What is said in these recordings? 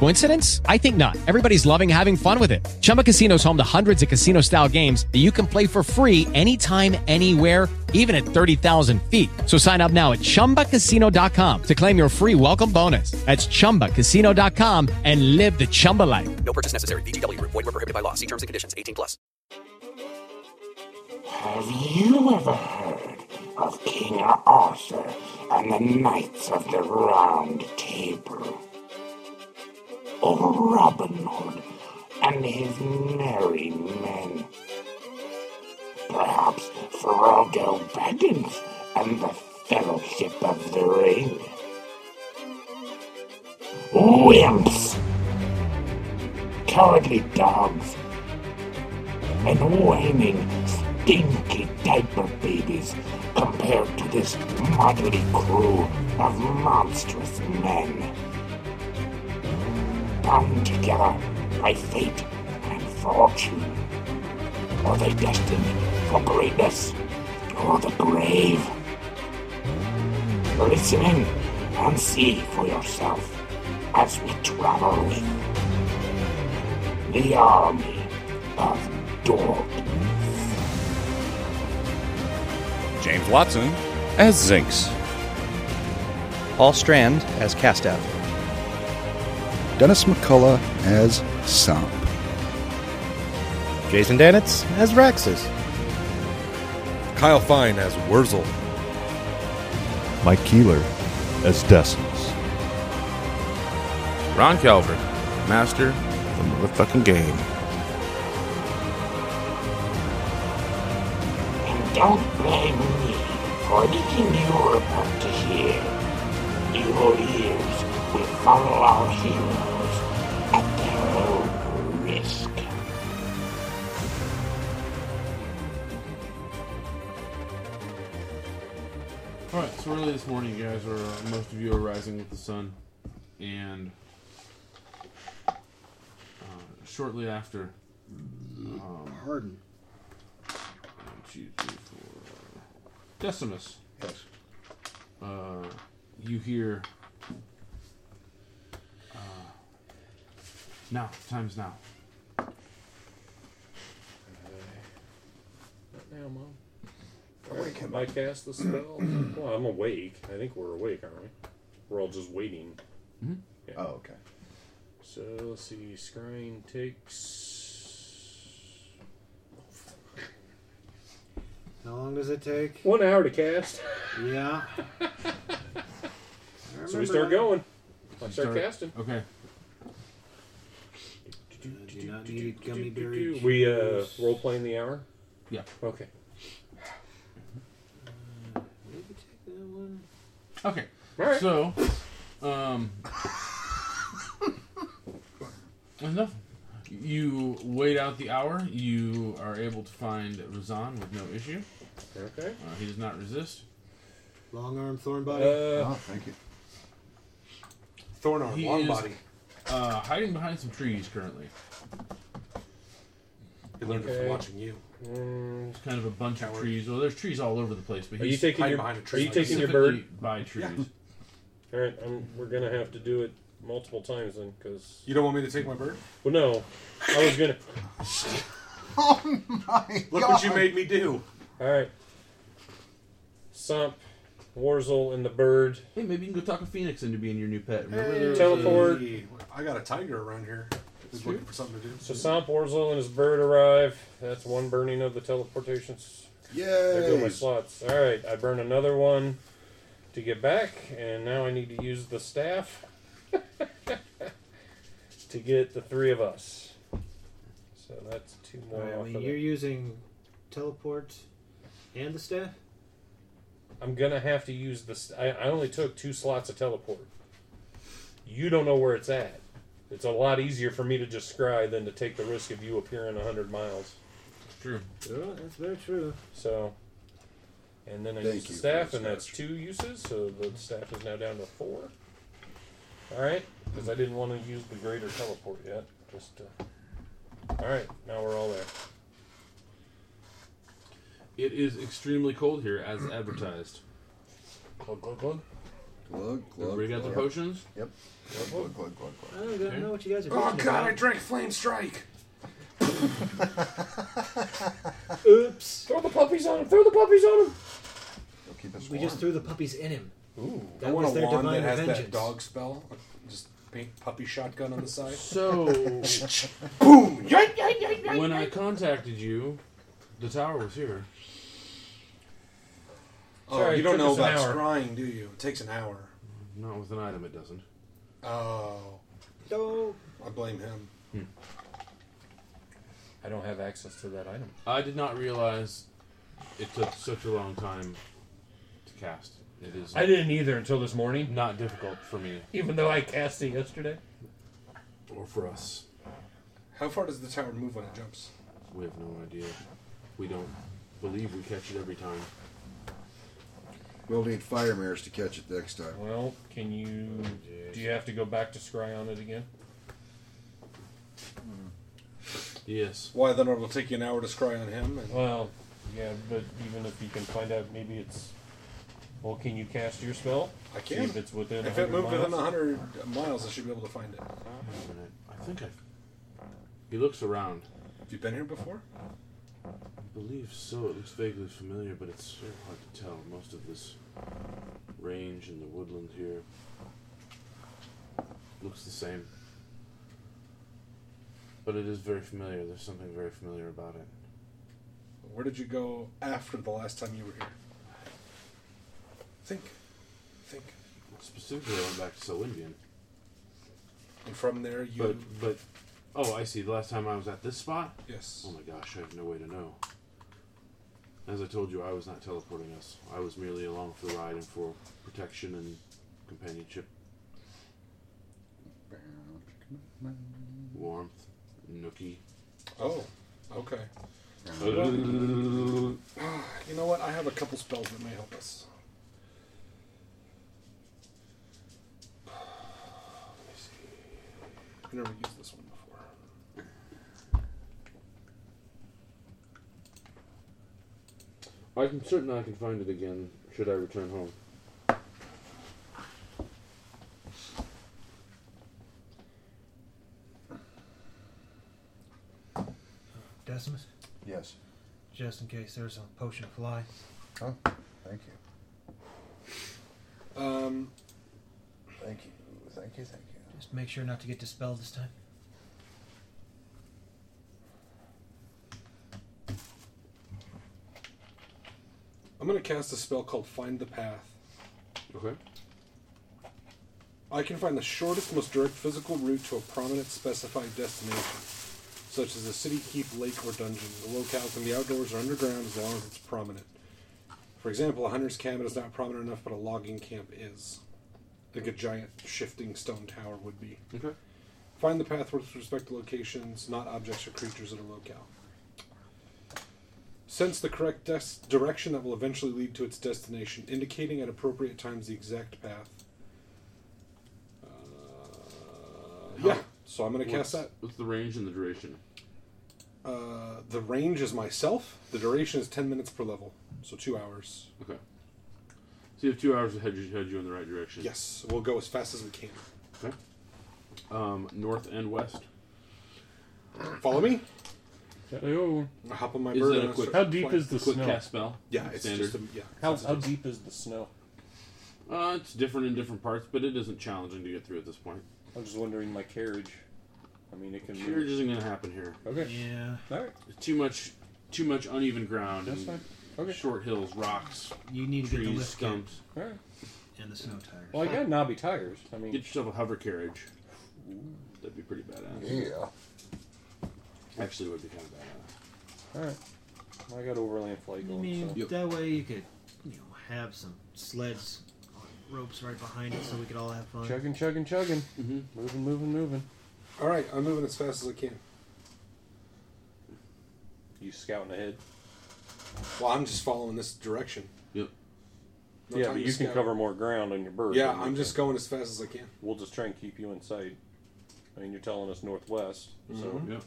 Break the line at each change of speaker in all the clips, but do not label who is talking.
Coincidence? I think not. Everybody's loving having fun with it. Chumba Casino is home to hundreds of casino style games that you can play for free anytime, anywhere even at 30,000 feet. So sign up now at ChumbaCasino.com to claim your free welcome bonus. That's ChumbaCasino.com and live the Chumba life.
No purchase necessary. VGW Group. Void were prohibited by law. See terms and conditions. 18 plus.
Have you ever heard of King Arthur and the Knights of the Round Table? Or Robin Hood and his merry men? Perhaps Frodo Baggins and the Fellowship of the Ring? Wimps! Cowardly dogs! and whining, stinky diaper babies compared to this motley crew of monstrous men. Bound together by fate and fortune. Are they destined for greatness or the grave? Listen in and see for yourself as we travel with the army of dogs.
James Watson as Zinx.
Paul Strand as Castaff.
Dennis McCullough as Sop.
Jason Danitz as Raxus.
Kyle Fine as Wurzel.
Mike Keeler as Destins.
Ron Calvert, master of the motherfucking game.
And don't blame me for anything you're about to hear. Your ears will follow our heroes at their own risk.
All right, so early this morning, you guys are most of you are rising with the sun, and uh, shortly after, um,
Pardon.
one, two, three, four, Decimus,
Yes.
uh, you hear. Uh, now, times now.
Now, Mom. Awake, Am I cast the spell? well, I'm awake. I think we're awake, aren't we? We're all just waiting.
Mm-hmm.
Mhm.
Yeah.
Oh, okay.
So let's see. Scrying takes
How long does it take?
one hour to cast,
Yeah.
so we start going. I start,
Start-
casting.
Okay.
Do not need gummy berry
We uh,
juice.
role playing the hour.
Yeah.
Okay.
Maybe take that one.
Okay.
All right.
So, um, there's nothing. You wait out the hour. You are able to find Razan with no issue.
okay.
Uh, he does not resist.
Long arm thorn body.
Uh,
Oh, thank you.
Thorn arm,
He
long
is-
body.
Uh, hiding behind some trees currently.
He learned it
Okay.
from watching you.
mm,
It's kind of a bunch of trees. Well, there's trees all over the place, but
are you
he's
taking
hiding
your?
behind a
Are
tree.
you taking your
specifically
bird?
by trees.
All right. I'm, we're gonna have to do it multiple times then, because
You don't want me to take my bird?
well, no, I was gonna.
Look what you made me do.
All right. Sump, Warzel, and the bird.
Hey, maybe you can go talk a phoenix into being your new pet. Remember there was
Teleport.
Hey, I got a tiger around here. He's looking for something to do.
So Sump, Warzel, and his bird arrive. That's one burning of the teleportations. There go my
Yay!
slots. All right, I burn another one to get back, and now I need to use the staff to get the three of us. So that's two more.
Alright, I
off
mean,
of
you're
it.
using teleport and the staff?
I'm gonna have to use this. I, I only took two slots of teleport. You don't know where it's at. It's a lot easier for me to just scry than to take the risk of you appearing hundred miles.
True.
Oh, that's very true.
So, and then I
Thank
use the
you for
staff,
the
and that's two uses. So the staff is now down to four. All right, because I didn't want to use the greater teleport yet. Just uh, all right. Now we're all there.
It is extremely cold here, as advertised. Glug glug glug.
Glug glug.
Everybody got their potions?
Yep.
Glug
glug glug
I don't even know what you guys are
Oh
talking
god, I
about.
drank Flame Strike.
Oops.
Throw the puppies on him. Throw the puppies on him.
We just threw the puppies in him.
Ooh, I
That
want
was
a
their
wand
divine
that has
vengeance.
that dog spell. Just paint puppy shotgun on the side.
So,
boom!
when I contacted you, the tower was here.
Oh,
Sorry,
you
it
don't
took
know
us an
about
hour.
scrying, do you? It takes an hour.
Not with an item, it doesn't.
Oh,
No.
I blame him.
I don't have access to that item.
I did not realize it took such a long time to cast. It is.
I didn't either until this morning.
Not difficult for me
Even though I cast it yesterday.
or for us.
How far does the tower move when it jumps?
We have no idea. We don't believe we catch it every time.
We'll need fire mirrors to catch it next time.
Well, can you? Do you have to go back to scry on it again?
Yes.
Why then it'll take you an hour to scry on him? And
Well, yeah, but even if you can find out, maybe it's. Well, can you cast your spell?
I
See
can.
if it's within.
If it
100
moved within
miles?
100 miles, I should be able to find it.
I think I. He looks around.
Have you been here before?
I believe so. It looks vaguely familiar, but it's sort of hard to tell. Most of this range and the woodland here looks the same. But it is very familiar. There's something very familiar about it.
Where did you go after the last time you were here? Think. Think.
Specifically, I went back to Solindian.
And from there, you.
But, but, oh, I see. The last time I was at this spot?
Yes.
Oh my gosh, I have no way to know. As I told you, I was not teleporting us. I was merely along for the ride and for protection and companionship. Warmth. Nookie.
Oh, okay.
Well-
you know what? I have a couple spells that may help us. Let me see. I've never used this one before.
I'm certain I can find it again should I return home.
Decimus,
Yes.
just in case there's a potion of fly.
Oh, thank you.
Um,
Thank you. Thank you. Thank you.
Just make sure not to get dispelled this time.
I'm going to cast a spell called Find the Path.
Okay.
I can find the shortest, most direct physical route to a prominent specified destination, such as a city, keep, lake, or dungeon. The locale can be outdoors or underground as long as it's prominent. For example, a hunter's cabin is not prominent enough, but a logging camp is. Like a giant shifting stone tower would be.
Okay.
Find the path with respect to locations, not objects or creatures at a locale. Sense the correct des- direction that will eventually lead to its destination, indicating at appropriate times the exact path. Uh, yeah, Uh, so I'm going to cast that.
What's- What's the range and the duration?
Uh, the range is myself. The duration is 10 minutes per level, so two hours.
Okay. So you have two hours to head you, head you in the right direction.
Yes, we'll go as fast as we can.
Okay. Um, north and west.
Follow me?
Hello.
I hop on my
Is
bird.
that
and
a
I
quick-
start
How deep
flying.
is the
Quick
snow?
cast spell.
Yeah, it's
Standard.
just a, yeah.
How,
it's
how
a-
deep is the snow?
Uh, it's different in different parts, but it isn't challenging to get through at this point.
I was just wondering. My carriage. I mean, it can. move.
Carriage isn't going to happen here.
Okay.
Yeah.
All right.
Too much, too much uneven ground.
That's
and
fine. Okay.
Short hills, rocks,
You need to get the
trees,
lift kit
stumps.
All right.
and the snow tires.
Well, I got knobby tires. I mean,
Get yourself a hover carriage. That'd be pretty badass.
Yeah.
Actually, it would be kind of badass.
all right. I got overland flight
I
going.
mean,
so.
Yep.
that way you could, you know, have some sleds, on ropes right behind it, so we could all have fun.
Chugging, chugging, chugging.
Mm-hmm.
Moving, moving, moving.
All right, I'm moving as fast as I can.
You scouting ahead.
Well, I'm just following this direction.
Yep.
No
yeah,
time
but
to
you can
scout.
cover more ground on your bird.
Yeah,
than we
I'm just
can.
going as fast as I can.
We'll just try and keep you in sight.
Mm-hmm.
I mean, you're telling us northwest, so
Yep.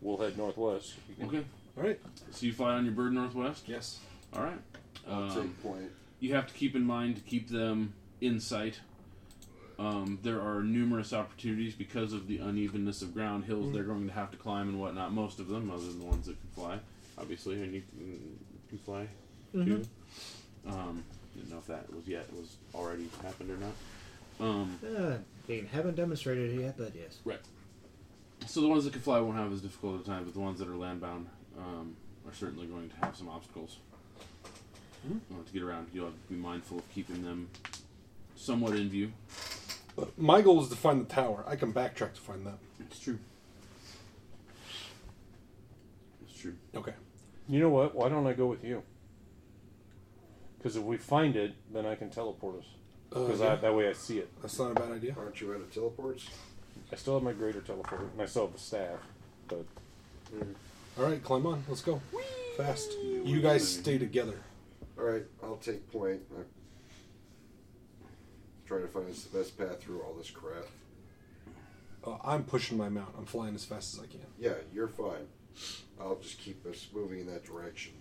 we'll head northwest. You can
Okay.
All right.
So you fly on your bird northwest?
Yes.
All right.
I'll take point.
You have to keep in mind to keep them in sight. Um, there are numerous opportunities because of the unevenness of ground, hills
Mhm.
they're going to have to climb and whatnot. Most of them, other than the ones that can fly, obviously, and you can, can fly too. Um, didn't know if that was yet was already happened or not. Um,
Uh, they haven't demonstrated it yet, but yes.
Right. So the ones that can fly won't have as difficult a time, but the ones that are landbound um, are certainly going to have some obstacles Uh, to get around. You'll have to be mindful of keeping them somewhat in view.
My goal is to find the tower. I can backtrack to find that.
It's true. It's true.
Okay.
You know what? Why don't I go with you? Because if we find it, then I can teleport us.
Uh,
Because
yeah.
that way I see it.
That's not a bad idea.
Aren't you out of teleports?
I still have my greater teleport, and I still have the staff. But
All right, climb on. Let's go. Fast. You guys stay together.
All right, I'll take point. I'm trying to find us the best path through all this crap.
Uh, I'm pushing my mount. I'm flying as fast as I can.
Yeah, you're fine. I'll just keep us moving in that direction.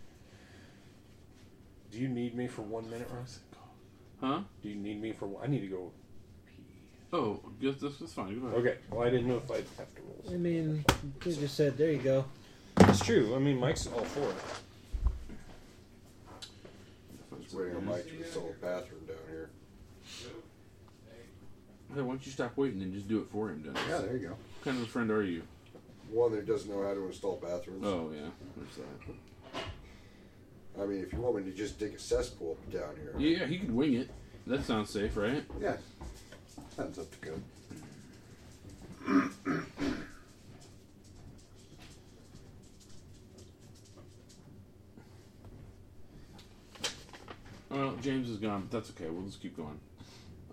do you need me for one minute, Ross?
Huh?
Do you need me for? one- I need to go.
Oh, yes, that's, that's fine. Go ahead.
Okay. Well, I didn't know if I'd have to roll.
I mean, they just said, there you go.
It's true. I mean, Mike's all for it.
I was waiting on Mike to install a bathroom down here.
Hey, why don't you stop waiting and just do it for him, Dennis?
Yeah, there you go.
What kind of a friend are you?
One that doesn't know how to install bathrooms.
Oh, yeah. There's that.
I mean, if you want me to just dig a cesspool down here.
Yeah, yeah, he could wing it. That sounds safe, right?
Yeah. Sounds up to good.
Well, James is gone, but that's okay. We'll just keep going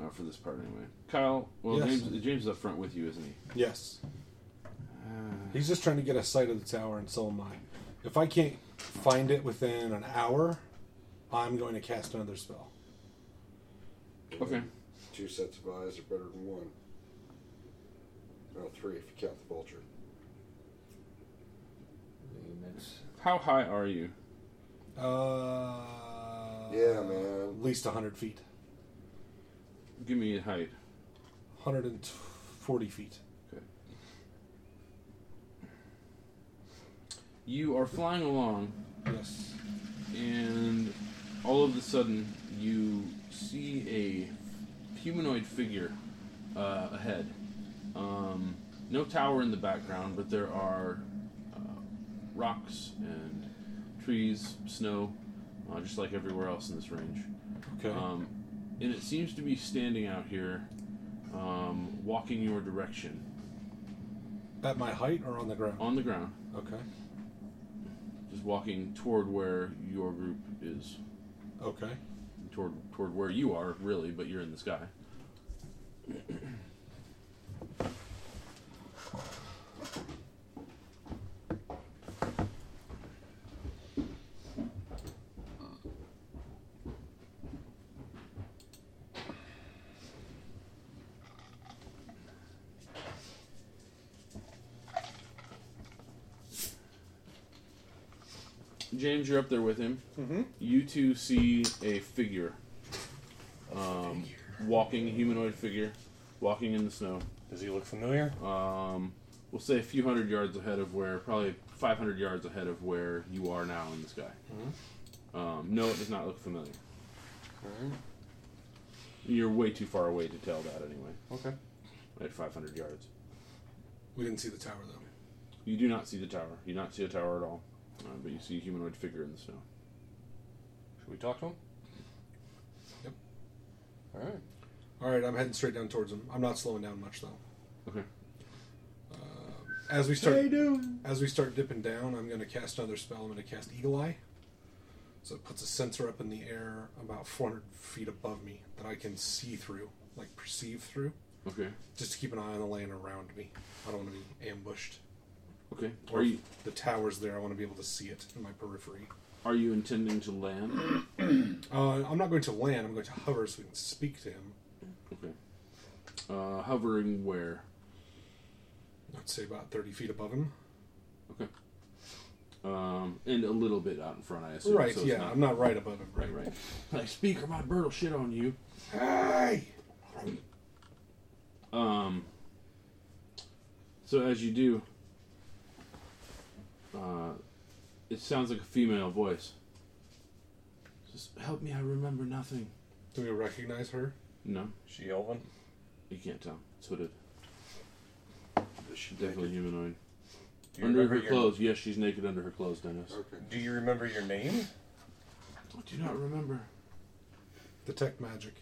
uh, for this part anyway. Kyle, well,
Yes.
James, James is up front with you, isn't he?
Yes. He's just trying to get a sight of the tower, and so am I. If I can't find it within an hour, I'm going to cast another spell.
Okay.
Two sets of eyes are better than one. No, three if you count the vulture.
How high are you?
Uh,
yeah, man. At
least 100 feet.
Give me a height.
140 feet.
You are flying along.
Yes.
And all of a sudden, you see a humanoid figure uh, ahead. Um, no tower in the background, but there are uh, rocks and trees, snow, uh, just like everywhere else in this range.
Okay.
Um, and it seems to be standing out here, um, walking your direction.
At my height or on the ground?
On the ground.
Okay.
Just walking toward where your group is.
Okay.
Toward toward where you are, really, but you're in the sky. James, you're up there with him.
Mhm.
You two see a figure, um, walking, a humanoid figure, walking in the snow.
Does he look familiar?
Um, we'll say a few hundred yards ahead of where, probably 500 yards ahead of where you are now in the sky. Um, no, it does not look familiar. You're way too far away to tell that anyway.
Okay.
At 500 yards.
We didn't see the tower, though.
You do not see the tower. You do not see a tower at all. Uh, but you see a humanoid figure in the snow.
Should we talk to him? All right.
All right, I'm heading straight down towards him. I'm not slowing down much, though.
Okay.
As we start, as we start dipping down, I'm going to cast another spell. I'm going to cast Eagle Eye. So it puts a sensor up in the air about 400 feet above me that I can see through, like perceive through,
Okay.
just to keep an eye on the land around me. I don't want to be ambushed.
Okay.
Or
Are
if
you-
the tower's there. I want to be able to see it in my periphery.
Are you intending to land?
Uh, I'm not going to land. I'm going to hover so we can speak to him.
Okay. Uh, hovering where?
I'd say about 30 feet above him.
Um, Um, and a little bit out in front, I assume.
Right,
it's
yeah, I'm not right above him.
Right, right. Like, speaker, my bird will shit on you.
Hey!
Um, so as you do, uh, it sounds like a female voice. Just help me, I remember nothing.
Do we recognize her?
No.
She elven?
You can't tell. It's hooded. She's definitely humanoid.
Do you
under her
remember your-
clothes, yes, she's naked under her clothes, Dennis.
Do you remember your name?
I do not remember.
Detect magic.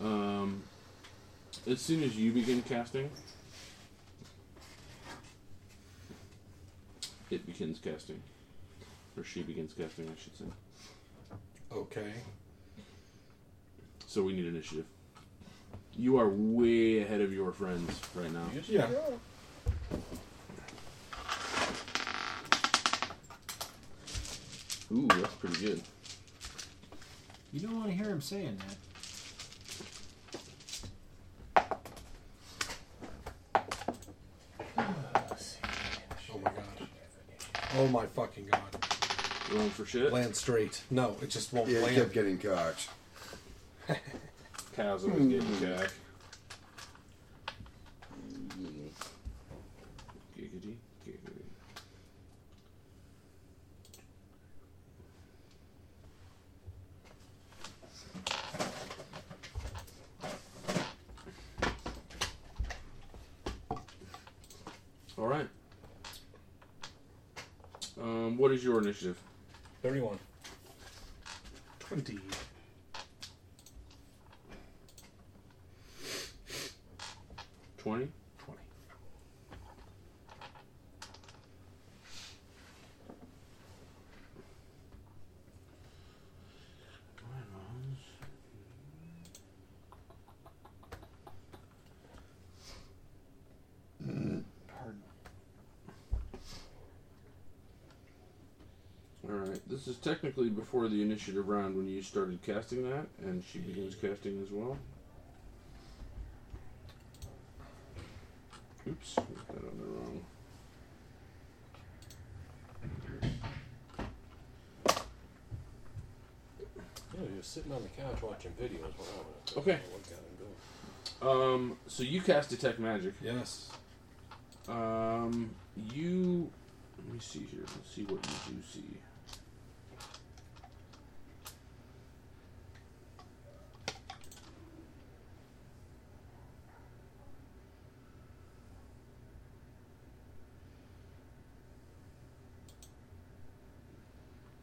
Um, as soon as you begin casting, it begins casting. Or she begins casting, I should say.
Okay.
So we need initiative. You are way ahead of your friends right now.
Yeah.
Ooh, that's pretty good.
You don't want to hear him saying that.
Oh my god. Oh my fucking god.
Rolling for shit?
Land straight. No, it just won't
Yeah,
land.
he kept getting cocked.
Cows
always
getting
getting
cocked. Giggity, giggity. All right. Um, what is your initiative?
31.
20.
Twenty.
Twenty.
All right. This is technically before the initiative round when you started casting that, and she begins casting as well. Oops, got that on the wrong.
Yeah, you're sitting on the couch watching videos. While I was
Okay.
What got him going?
Um, so you cast detect magic.
Yes.
Um, you. Let me see here. Let's see what you do see.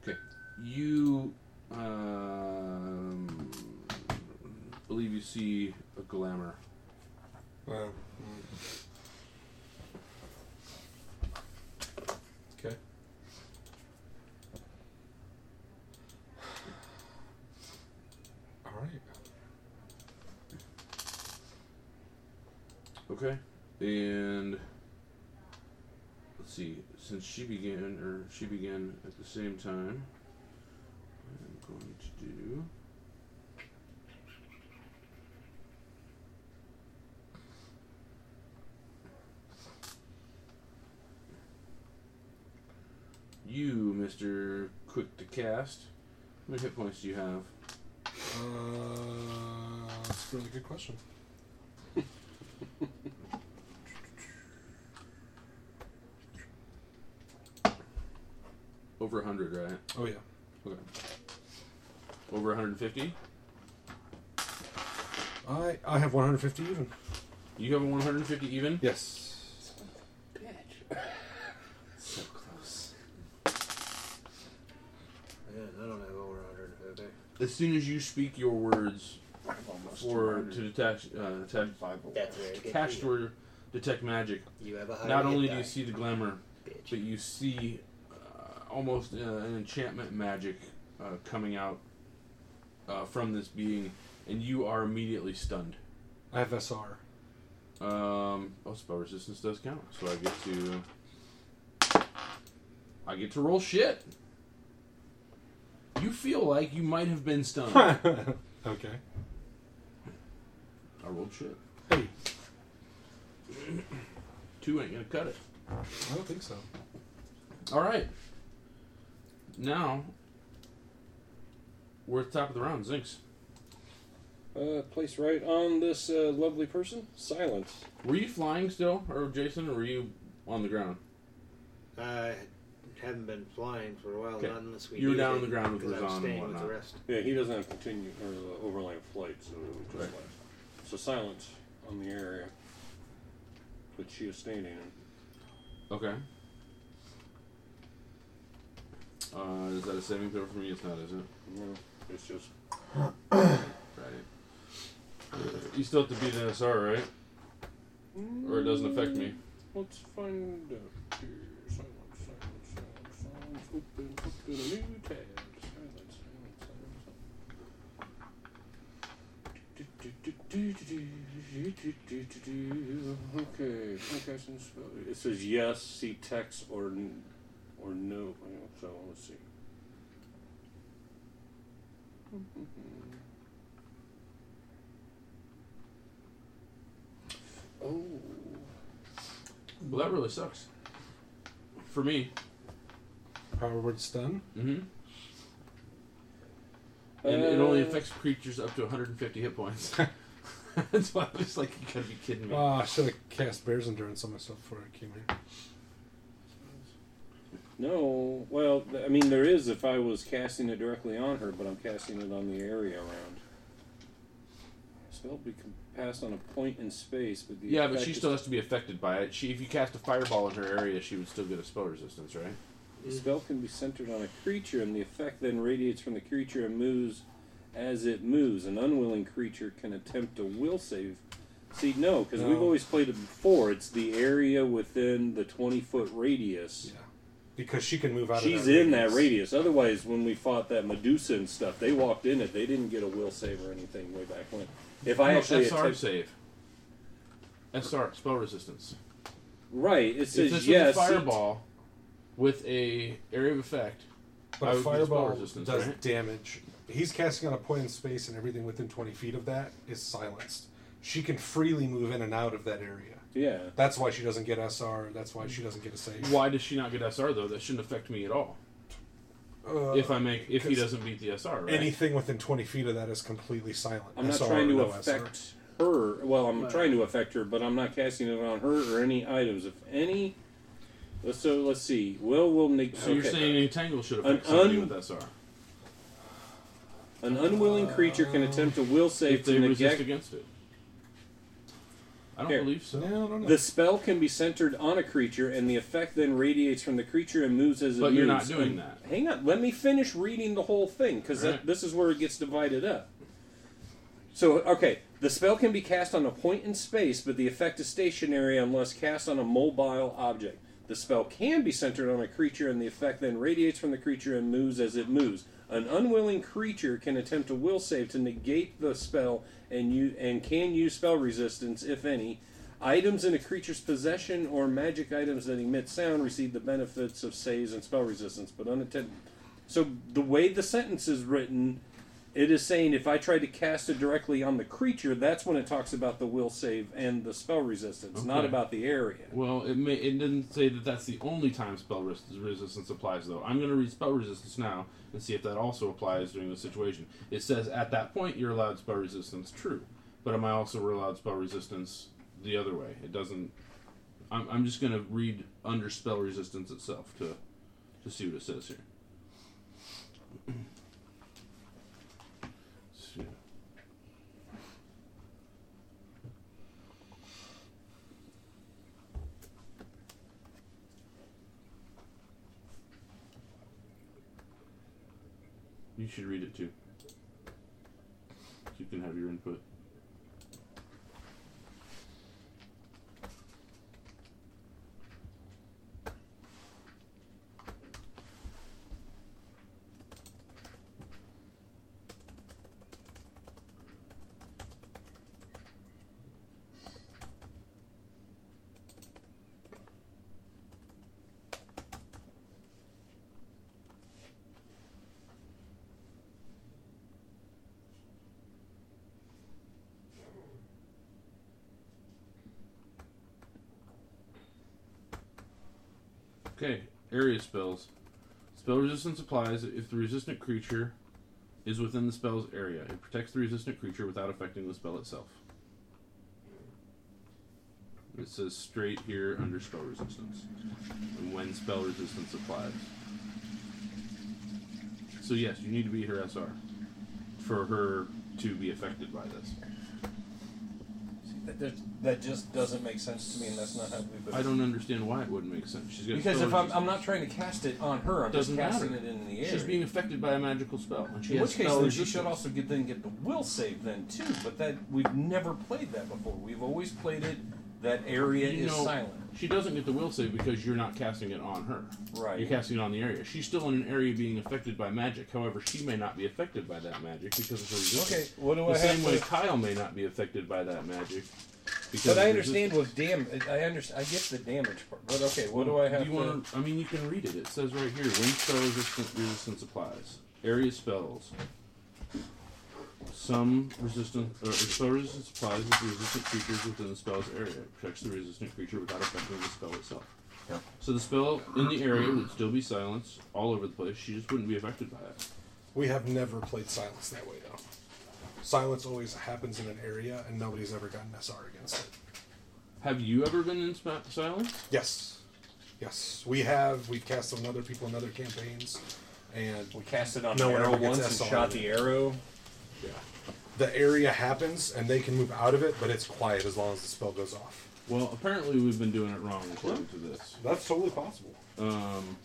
Okay. You um, believe you see a glamour.
Wow. mm. Okay. All right.
Okay. And let's see. Since she began, or she began at the same time, I'm going to do. You, Mister Quick to Cast. How many hit points do you have?
Uh, that's a really good question.
Over 100, right?
Oh, yeah.
Okay. Over 150?
I I have 150 even.
You have a 150 even?
Yes.
So close.
Man, I don't have over 150.
As soon as you speak your words for to detach, uh, detach,
That's very good
cast
for
or detect magic,
You have a higher
not only
hit
do you
die.
see the glamour, but you see uh, almost uh, an enchantment magic uh, coming out uh, from this being, and you are immediately stunned.
I have SR.
Um, oh, spell resistance does count, so I get to. I get to roll shit. You feel like you might have been stunned.
okay.
I rolled shit. Two ain't gonna cut it.
I don't think so.
All right. Now we're at the top of the round. Zinks.
Uh, place right on this uh, lovely person. Silence.
Were you flying still, or Jason, or were you on the ground?
I haven't Uh, been flying for a while,
Okay.
not unless we.
You were
need
down
it,
on the ground with
'cause I'm
Razan and
staying with the
whatnot.
rest.
Yeah, he doesn't have continue or uh, overland flight, so it would just
Right.
left. So silence on the area which she is standing in.
Okay. Uh, is that a saving throw for me? It's not, is it?
No, it's just.
right. You still have to beat an SR, right? Or it doesn't affect me.
Let's find out here. Silence, silence, silence, silence. Open, open a new tab. Silence, silence, silence. Okay, podcast and spell. It says yes, see text, or n- or no. So let's see. Oh.
Well, that really sucks. For me.
Power word stun?
Mm hmm. And it only
Uh,
affects creatures up to 150 hit points. That's why I was like, you gotta be kidding me.
Oh, I should have cast Bear's Endurance on myself before I came here.
No, well, th- I mean, there is if I was casting it directly on her, but I'm casting it on the area around. Spell be com- passed on a point in space, but the
yeah, but
effect
she
is-
still has to be affected by it. She, if you cast a fireball in her area, she would still get a spell resistance, right?
The spell can be centered on a creature, and the effect then radiates from the creature and moves as it moves. An unwilling creature can attempt a will save. See, no, because we've
No.
always played it before. It's the area within the 20 foot radius.
Because she can move out
She's
of that
in that radius. Otherwise, when we fought that Medusa and stuff, they walked in it. They didn't get a will save or anything way back when. If I
No,
actually
SR
attempt-
save. SR spell resistance.
right, it
If
says
this was a
yes. see-
fireball with a area of effect. I
But
would get spell
Fireball
resistance,
does
right?
damage. He's casting on a point in space, and everything within 20 feet of that is silenced. She can freely move in and out of that area.
Yeah.
That's why she doesn't get SR. That's why she doesn't get a save.
Why does she not get SR though? That shouldn't affect me at all.
Uh,
if I make, if he
'cause
doesn't beat the SR, right?
Anything within 20 feet of that is completely silent.
I'm not
SR
trying to
or no
affect
SR.
her. Well, I'm
Right.
trying to affect her, but I'm not casting it on her or any items. If any, let's so let's see. Will will neg-
so you're
okay.
saying any tangle should
An
affect somebody
un-
with SR?
an unwilling creature can attempt a will save
if
to
they
negate
resist against it. I don't believe so.
The spell can be centered on a creature, and the effect then radiates from the creature and moves as it
But
moves.
you're not doing
And-
that.
Hang on, let me finish reading the whole thing because
Alright.
this is where it gets divided up. So, okay, the spell can be cast on a point in space, but the effect is stationary unless cast on a mobile object. The spell can be centered on a creature, and the effect then radiates from the creature and moves as it moves. An unwilling creature can attempt a will save to negate the spell, and you and can use spell resistance if any. Items in a creature's possession or magic items that emit sound receive the benefits of saves and spell resistance, but unattended. So the way the sentence is written, it is saying if I try to cast it directly on the creature, that's when it talks about the will save and the spell resistance, not
Okay.
about the area.
Well, it may, it didn't say that that's the only time spell res- resistance applies, though. I'm going to read spell resistance now and see if that also applies during this situation. It says at that point you're allowed spell resistance, true, but am I also allowed spell resistance the other way? It doesn't. I'm, I'm just going to read under spell resistance itself to to see what it says here. So- You should read it too. You can have your input. Okay, Area spells. Spell resistance applies if the resistant creature is within the spell's area. It protects the resistant creature without affecting the spell itself. It says straight here under spell resistance. And when spell resistance applies. So yes, you need to be her SR for her to be affected by this.
That, that, that just doesn't make sense to me, and that's not how we.
I don't understand why it wouldn't make sense. She's got
Because
spell
if I'm,
resistance.
I'm not trying to cast it on her, I'm
Doesn't
just casting
matter.
it in the air.
She's being affected by a magical spell. And she
in
has
which case,
spell
then she
resistance.
should also get then get the will save then too. But that we've never played that before. We've always played it that area
You
is
know,
silent.
She doesn't get the will save because you're not casting it on her.
Right.
You're casting it on the area. She's still in an area being affected by magic. However, she may not be affected by that magic because of her resistance.
Okay, what do
the
I
same
have
way
to-
Kyle may not be affected by that magic. Because of
But I
resistance.
understand with damn. I understand. I get the damage part. But okay, what do I have?
you
to,
wanna- I mean, you can read it. It says right here: when spell resistance, resistance applies, area spells. Some resistance or spell resistance applies if the resistant creature is within the spell's area. It protects the resistant creature without affecting the spell itself.
Yeah.
So the spell in the area would still be silenced all over the place. She just wouldn't be affected by it.
We have never played silence that way, though. Silence always happens in an area, and nobody's ever gotten SR against it.
Have you ever been in spa- silence?
Yes, yes, we have. We've cast on other people in other campaigns, and we
cast it on
no
an
one
arrow
ever gets
once
SR.
and shot the arrow.
Yeah, the area happens, and they can move out of it, but it's quiet as long as the spell goes off.
Well, apparently we've been doing it wrong according to this.
That's totally possible.
Um,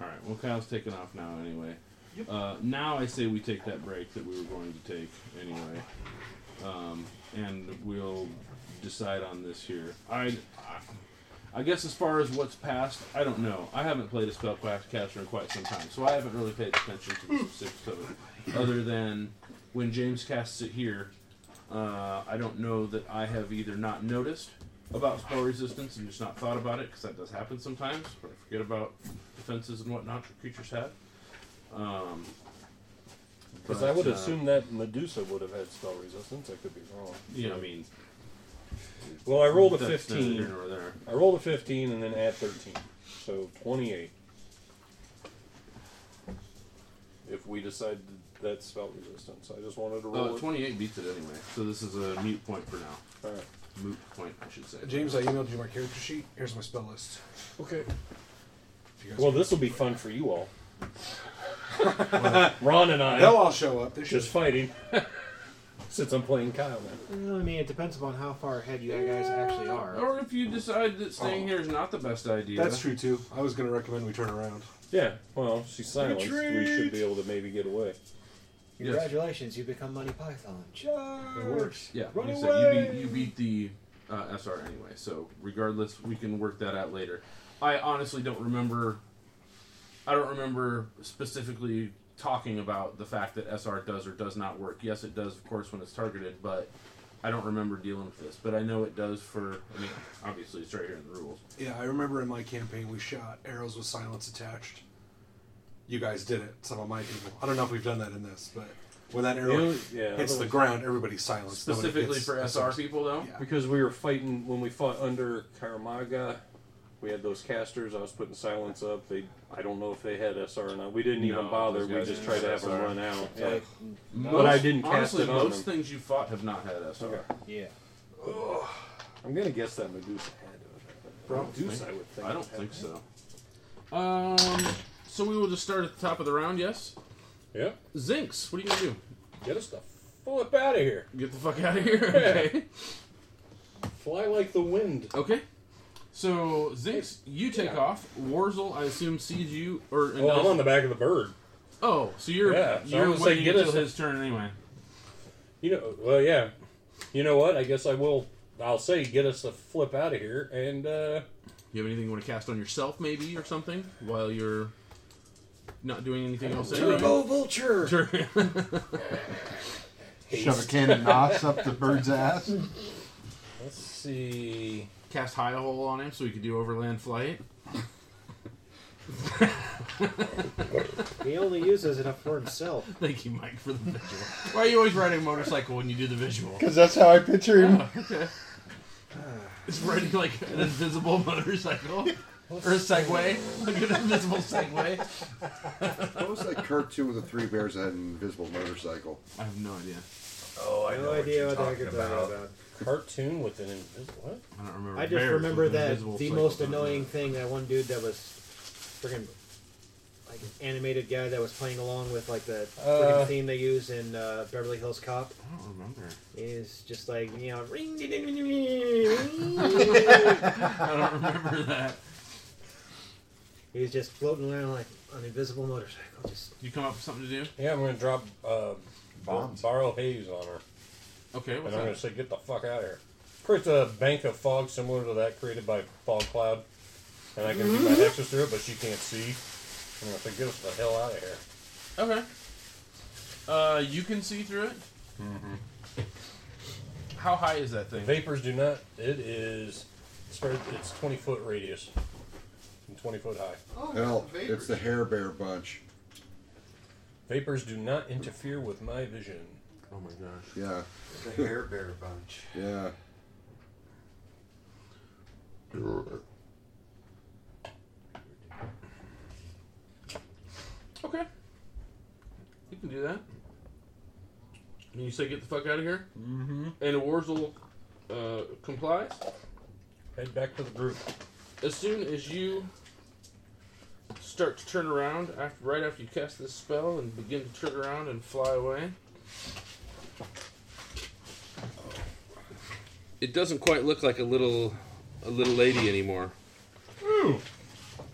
All right. Well, Kyle's taking off now anyway. Uh, now I say we take that break that we were going to take anyway, um, and we'll decide on this here. I, I, I guess as far as what's past, I don't know. I haven't played a spellcaster in quite some time, so I haven't really paid attention to the specifics of it. Other than when James casts it here, uh, I don't know that I have either not noticed about spell resistance and just not thought about it because that does happen sometimes, or I forget about defenses and whatnot that creatures have. Um,
Because
but,
I would
uh,
assume that Medusa would have had spell resistance. I could be wrong.
Yeah, I mean.
Well, I rolled a
that's neither
15.
here nor there.
I rolled a 15 and then add 13. So 28. If we decide that that's spell resistance, I just wanted to roll
Uh,
it.
28 beats it anyway, so this is a mute point for now.
Alright.
Moot point, I should say.
James, I emailed you my character sheet. Here's my spell list. Okay.
Well, this will be fun for you all. Ron and I.
They'll all show up. They're
Just fighting. Since I'm playing Kyle now.
Well, I mean, it depends upon how far ahead you guys actually are.
Or if you decide that staying
Oh.
here is not the best idea.
That's true too. I was going to recommend we turn around.
Yeah. Well, she's silenced. We should
Retreat.
be able to maybe get away.
Congratulations, you become Money Python. Charge!
Yeah,
Run
like I
away!
said, you beat, you beat the uh, SR anyway, so regardless, we can work that out later. I honestly don't remember. I don't remember specifically talking about the fact that SR does or does not work. Yes, it does, of course, when it's targeted, but I don't remember dealing with this. But I know it does for. I mean, obviously, it's right here in the rules.
Yeah, I remember in my campaign we shot arrows with silence attached. You guys did it, some of my people. I don't know if we've done that in this, but when that arrow
Really? Yeah,
hits the
otherwise-
ground, everybody's silenced. Nobody
Specifically
gets-
for SR people, though?
Because we were fighting when we fought under Karamaga, we had those casters. I was putting silence up. They, I don't know if they had SR or not. We didn't even
No,
bother.
those
We
guys
just
didn't
tried to
have
have them
SR.
run out.
Yeah.
Yeah.
Most-
but I didn't cast
honestly,
it on
most
them.
things you fought have not had SR.
Yeah.
I'm gonna guess that Medusa had it.
I don't
Medusa,
think-
I would think.
I don't
had
think
it.
so. Um, so we will just start at the top of the round, yes?
Yep.
Zinx, what are you gonna do?
Get us the flip out of here.
Get the fuck out of here.
Yeah.
Okay.
Fly like the wind.
Okay. So Zinx, you take off. Warzel, I assume sees you or.
Well, I'm on the back of the bird.
Oh, so you're
Yeah, so I'm
you're
gonna say
waiting
get us a-
until his turn anyway.
You know, well, yeah. You know what? I guess I will. I'll say, get us the flip out of here, and uh,
You have anything you want to cast on yourself, maybe, or something, while you're not doing anything else? anyway?
Turbo vulture.
Shove a can of Knox up the bird's ass.
Let's see. Cast high hole on him so he could do overland flight.
He only uses it up for himself.
Thank you, Mike, for the visual. Why are you always riding a motorcycle when you do the visual?
Because that's how I picture him.
Okay. is riding like an invisible motorcycle or a Segway, like an invisible Segway.
What was that cartoon with the three bears that had an invisible motorcycle?
I have no idea.
Oh, I know what you're talking about.
Cartoon with an invisible. What?
I don't remember.
I just remember that the most annoying thing that one dude that was friggin' like an animated guy that was playing along with like the friggin'
Uh.
theme they use in uh, Beverly Hills Cop
I don't remember.
is just like you know ring ding ding ding
I don't remember that.
He was just floating around like on an invisible motorcycle. Just
You come up with something to do?
Yeah, I'm gonna drop uh,
Bombs.
Barrel Hayes on her.
Okay,
and
what's
I'm
that?
gonna say, get the fuck out of here. Create a bank of fog similar to that created by Fog Cloud, and I can do my nexus through it, but she can't see. I'm gonna say, get us the hell out of here.
Okay. Uh, you can see through it. Mm-hmm. How high is that thing?
Vapors do not. It is. spread- It's 20 foot radius. And 20 foot high.
Hell, it's the hair bear bunch.
Vapors do not interfere with my vision.
Oh my gosh.
Yeah.
The hair bear bunch.
Yeah.
Okay. You can do that. And you say, "Get the fuck out of here,"
Mm-hmm.
and Warzel uh, complies.
Head back to the group.
As soon as you start to turn around, after, right after you cast this spell and begin to turn around and fly away, it doesn't quite look like a little a little lady anymore.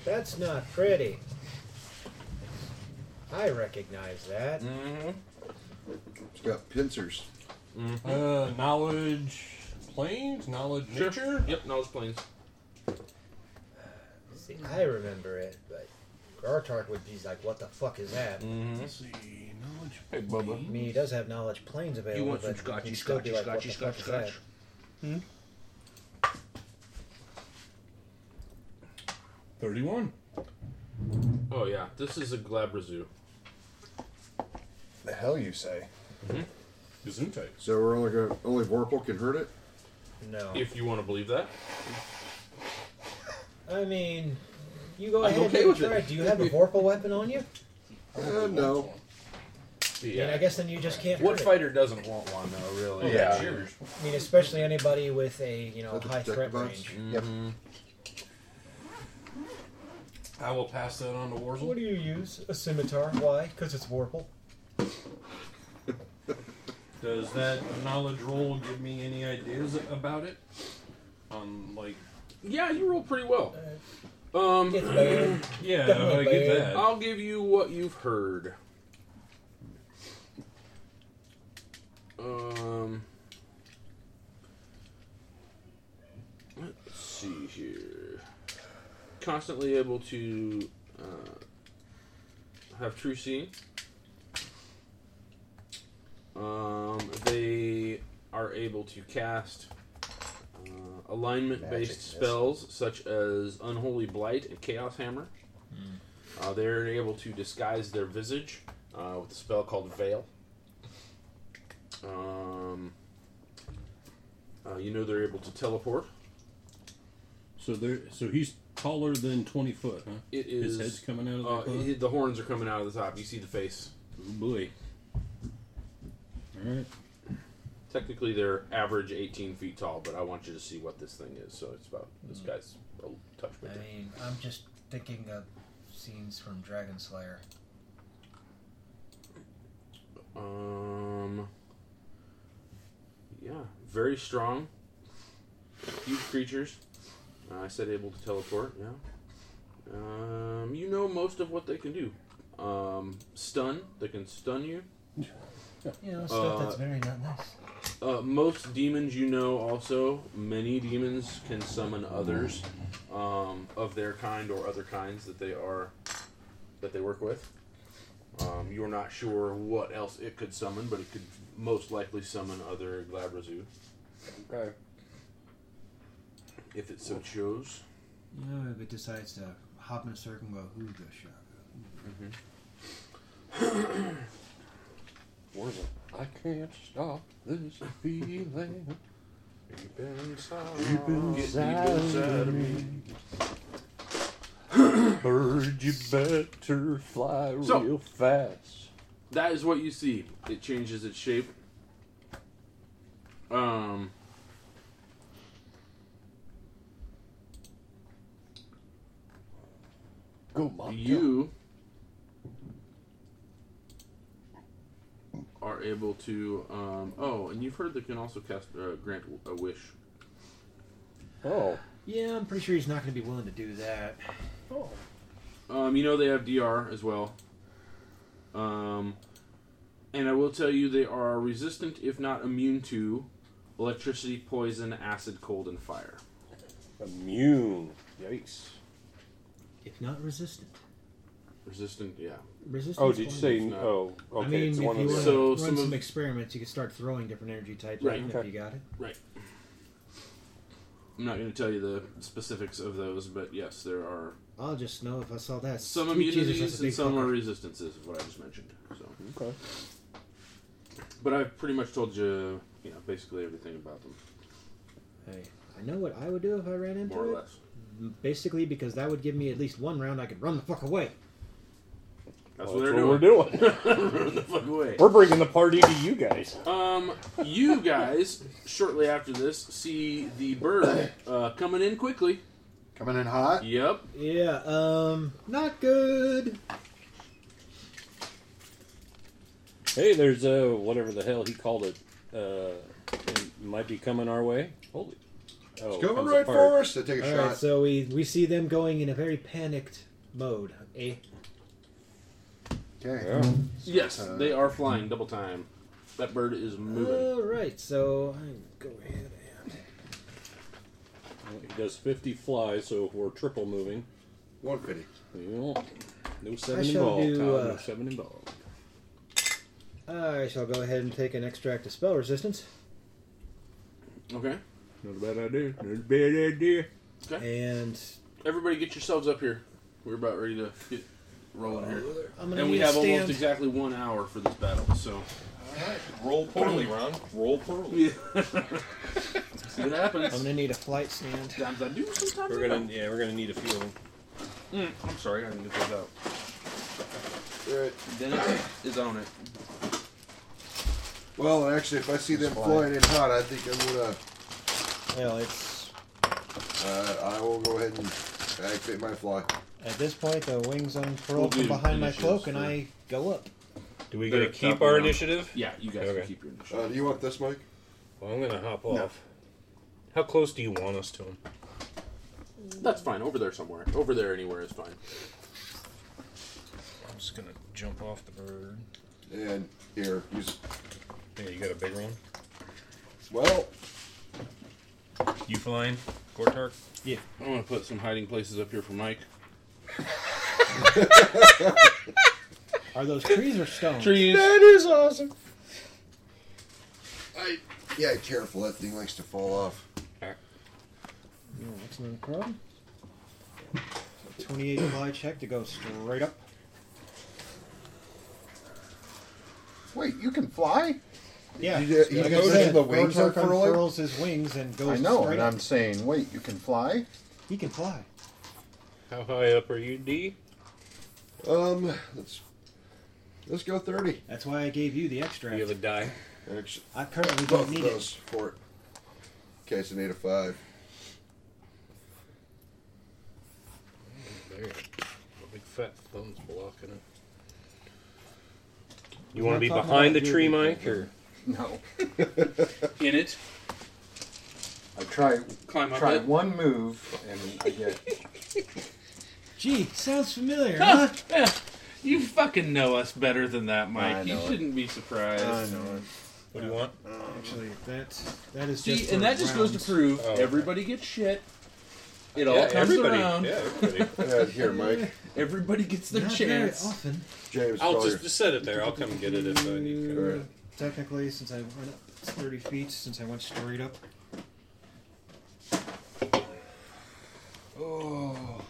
that's not pretty. I recognize that.
Mm-hmm.
It's got pincers.
Uh, knowledge planes? Knowledge
Sure.
nature?
Yep, knowledge planes.
See, I remember it, but Gartark would be like, "What the fuck is that?"
Mm-hmm.
see,
knowledge. Hey, Bubba.
I mean, he does have knowledge planes available.
want some
but
scotchy,
you'd still be
scotchy,
like, what
scotchy,
the
scotchy,
fuck is
Hmm?
31.
Oh yeah, this is a Glabrazoo.
The hell you say?
Gesundheit.
So we're only going only Vorpal can hurt it.
No.
If you want to believe that.
that?" I mean, you go
I'm
ahead
okay
and
with
try.
it.
Do you have a Vorpal weapon on you?
Uh, no.
I mean, I guess then you just can't.
What
hurt it.
fighter doesn't want one though, really?
Yeah. I mean, especially anybody with a you know high threat range.
Yep. I will pass that on to Warzel.
What do you use? A scimitar? Why? Because it's Vorpal.
Does that knowledge roll give me any ideas about it? On like,
Yeah, you roll pretty well. Um,
It's bad.
yeah,
Definitely
I get
bad.
that.
I'll give you what you've heard. Um, let's see here. Constantly able to uh, have true seeing. Um, they are able to cast uh, alignment
Magic
based spells such as Unholy Blight and Chaos Hammer. Uh, they're able to disguise their visage uh, with a spell called Veil. Um, uh, you know they're able to teleport.
So there, so he's taller than twenty foot, huh?
It is
His head's coming out
uh,
of the.
it- the horns are coming out of the top. You see the face.
Oh boy. All right.
Technically, they're average 18 feet tall, but I want you to see what this thing is. So it's about this guy's a touch
I
Uh,
bigger.
mean, I'm just thinking of scenes from Dragon Slayer.
Um. Yeah, very strong. Huge creatures. Uh, I said able to teleport. Yeah. Um, you know most of what they can do. Um, stun. They can stun you.
You know, stuff that's
Uh,
very not nice.
Uh, most demons you know also, many demons can summon others um, of their kind or other kinds that they are that they work with. Um, you're not sure what else it could summon, but it could most likely summon other Glabrazoo
Okay.
if it so chose.
No, if it decides to hop in a circle and go, who the shot?
I can't stop this feeling.
Deep inside, deep inside, of me.
Heard you better fly
So-
real fast.
That is what you see. It changes its shape. Um.
Go, Mom.
You are able to. Um, oh, and you've heard that can also cast uh, grant a wish.
Oh.
Yeah, I'm pretty sure he's not going to be willing to do that. Oh.
Um, you know they have DR as well. Um, and I will tell you they are resistant, if not immune to, electricity, poison, acid, cold, and fire.
Immune. Yikes.
If not resistant.
Resistant, yeah.
Resistance
Oh, did you
blind.
say- It's not- oh, okay,
I mean,
it's
if
one
you
of
want
the-
to
So
run
some
some,
of-
Oh.
experiments, you can start throwing different energy types
Right,
in
okay.
if you got it.
Right. I'm not going to tell you the specifics of those, but yes, there are
I'll just know if I saw that.
some
Sweet Jesus,
immunities
that's a
and
big
some
fucker.
are resistances, is what I just mentioned. So. Okay. But I've pretty much told you, you know, basically everything about them.
Hey, I know what I would do if I ran into
More or
it.
less.
M- Basically, because that would give me at least one round I could run the fuck away.
That's
Oh,
Well,
what
that's
they're
what
doing.
we're doing.
Run the fuck away.
We're bringing
the party to you guys.
Um, you guys shortly after this see the bird uh, coming in quickly.
Coming in hot.
Yep.
Yeah, um, not good.
Hey, there's uh whatever the hell he called it. Uh, it might be coming our way. Holy. Oh, it comes apart.
All right, so we we see them going in a very panicked mode. Eh?
Okay.
Yes,
Uh,
they are flying double time. That bird is moving.
All right, so I'm go ahead.
Well, He does 50 fly, so we're triple moving.
150.
Well, no 7
shall
involved,
do,
Todd,
uh,
No 7 involved.
I shall go ahead and take an extract of spell resistance.
Okay.
Not a bad idea. Not a bad idea.
Okay.
And
everybody, get yourselves up here. We're about ready to get rolling here,
I'm gonna
and we
need a
have almost
stand.
exactly one hour for this battle. So.
Roll poorly, Ron. Roll poorly.
Yeah. it happens.
I'm gonna need a flight stand.
Sometimes I do, sometimes
We're gonna, yeah, we're gonna need a few of them.
Mm, I'm sorry, I didn't get those out. Dennis is on it.
Well, actually, if I see them flying in hot, I think I'm gonna.
Well, it's.
Uh, I will go ahead and activate my fly.
At this point, the wings unfurl
We'll
from
do
behind my
initiatives
cloak, and
for-
I go up.
Do we
Better
get to keep
stop
our
now.
initiative?
Yeah, you guys
Okay.
can keep your initiative.
Uh, do you want this, Mike?
Well, I'm gonna hop
No.
off. How close do you want us to him?
That's fine. Over there somewhere. Over there anywhere is fine.
I'm just gonna jump off the bird.
And here, use.
Yeah, you got a big one.
Well,
You flying, Gortark?
Yeah. I'm gonna put some hiding places up here for Mike.
Are those trees or stones?
Trees.
is awesome. I yeah, careful. That thing likes to fall off.
Yeah, that's not a problem. 28 fly check to go straight up.
Wait, you can fly?
Yeah,
You did- you
like I
noticed
said,
the wings
Gortark
are furling?
unfurls his wings and goes
I know,
straight
and
up.
I'm saying, wait, you can fly?
He can fly.
How high up are you, D?
Um, let's let's go thirty.
That's why I gave you the extract.
You have a die.
Actually,
I currently don't
both
need
of those for it. Okay, it's an eight of five.
There. A big fat thumb's blocking it. You
You
want
wanna We're
to
be
be
not talking behind
behind
the
the
about tree,
tree,
you.
Mike,
Mike,
or
No.
In it.
I try
Climb up
try
it.
one move and I get
Gee, sounds familiar, huh?
You fucking know us better than that,
I
Mike. You
know it.
shouldn't be surprised.
I know it.
What do you want?
Actually, that that is
See,
just
and
for
that just goes to
rounds.
prove
Oh,
everybody gets shit. It all
Yeah,
comes
everybody-
around.
yeah, everybody.
Yeah, here, Mike.
Everybody gets their
Not
chance.
Very often,
James,
I'll
Collier.
just, just set it there. I'll come get it if I need to.
technically, since I went up 30 feet, since I went straight up.
Oh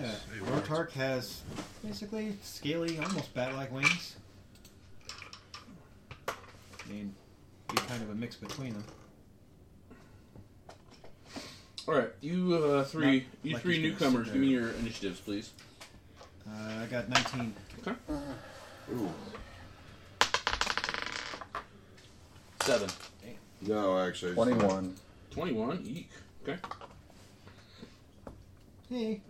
Yeah, Rotark has basically scaly, almost bat-like wings. mix between them.
All right, you uh, three,
Not
you
like
three
he's gonna
newcomers,
sit
give me
there.
your initiatives, please.
Uh, I got 19.
Okay. Seven.
No, actually. it's-
21.
Twenty-one. Eek. Okay.
Hey,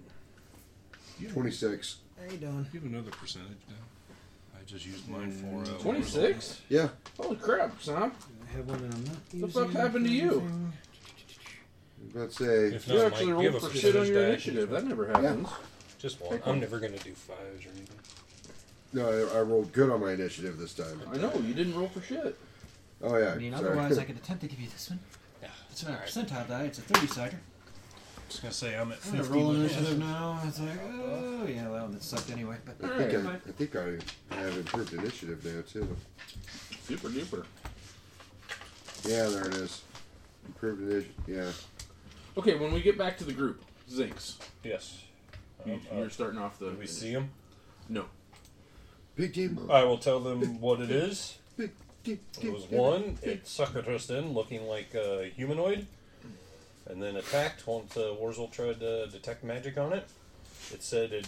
26.
how you doing?
You have another percentage now. I just used mine for uh,
26?
Yeah.
Holy crap, Sam.
I have one that I'm not
What the fuck happened to you?
Let's say.
If
You
not,
actually
Mike, give
rolled
a
for shit on
percentage
your
die.
initiative. That never happens.
Just one. I'm never gonna do fives or anything.
No, I, I rolled good on my initiative this time.
I know you didn't roll for shit.
Oh yeah.
I mean,
sorry.
otherwise I could attempt to give you this one. It's not a percentile die. It's a 30 sider.
Just gonna say I'm at
I'm gonna
50.
roll
but-
initiative now. It's like, oh yeah, that one that sucked anyway. But
I think I, I think I have improved initiative now too.
Super duper.
Yeah, there it is. Improved initiative. Yeah.
Okay, when we get back to the group, Zinks.
Yes.
You, are starting off the.
We see him.
No.
Big team.
I will tell them what it is.
Big team.
It was one. It suckerthrust in, looking like a humanoid, and then attacked once uh, Warzel tried to detect magic on it. It said it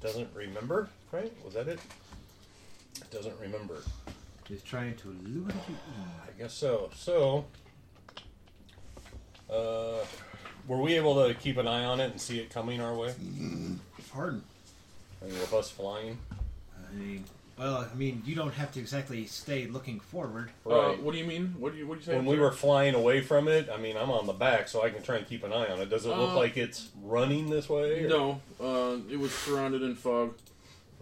doesn't remember. Right? Was that it? It doesn't remember.
He's trying to lure you
I guess so. So, uh, were we able to keep an eye on it and see it coming our way?
in. Pardon.
I mean, with us flying.
I mean, well, I mean, you don't have to exactly stay looking forward.
Uh, what do you mean? What do you What do you say?
When we were flying away from it, I mean, I'm on the back, so I can try and keep an eye on it. Does it look
Uh,
like it's running this way? or-
No, uh, it was surrounded in fog.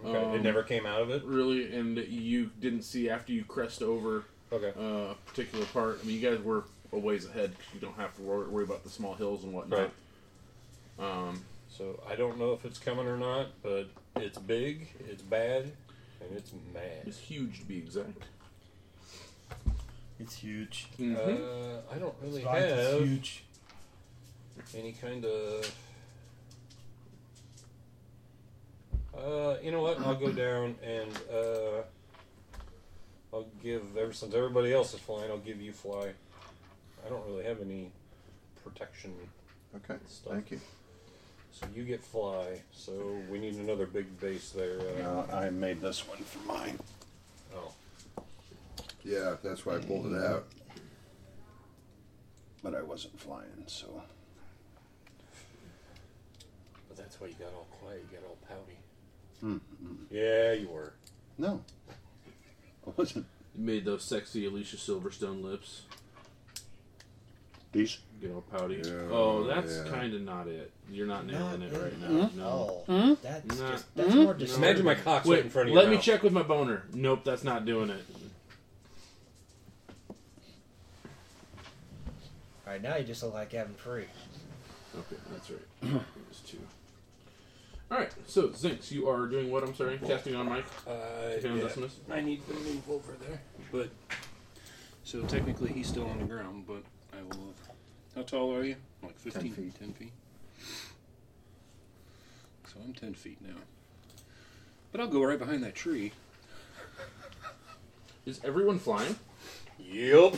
Okay, it never came out of it.
Really, and you didn't see after you crest over
okay.
uh, a particular part. I mean, you guys were a ways ahead. 'cause You don't have to wor- worry about the small hills and whatnot.
Right.
Um,
So I don't know if it's coming or not, but it's big, it's bad, and it's mad.
it's huge to be exact.
It's huge.
Uh, I don't really
Right, it's
have
huge.
any kind of. Uh, you know what? I'll go down and uh, I'll give ever since everybody else is flying, I'll give you fly. I don't really have any protection.
Okay.
Stuff.
Thank you.
So you get fly. So we need another big base there. Uh,
No, I made this one for mine.
oh.
Yeah, that's why I pulled it out.
But I wasn't flying, so.
But that's why you got all quiet. You got all pouty.
Mm.
Yeah, you were.
No. I wasn't.
You made those sexy Alicia Silverstone lips.
These?
Get all pouty.
Yeah,
oh, that's
yeah.
kind of not it. You're not nailing it
Not
right
it.
now.
Mm.
No.
Oh, that's
Nah.
just- that's more
No.
disturbing. Imagine my
cock's
Wait,
right in front of your
Let me
mouth.
check with my boner. Nope, that's not doing it.
All right now, you just look like Gavin Free.
Okay, that's right. There's two. All right, so Zinx, you are doing what? I'm sorry, casting on Mike.
Uh,
Casting on
yeah.
Decimus?
I need to move over there, but so technically he's still on the ground, but I will. How tall are you? Like 15
feet.
10 feet. So I'm 10 feet now. But I'll go right behind that tree.
Is everyone flying?
Yep.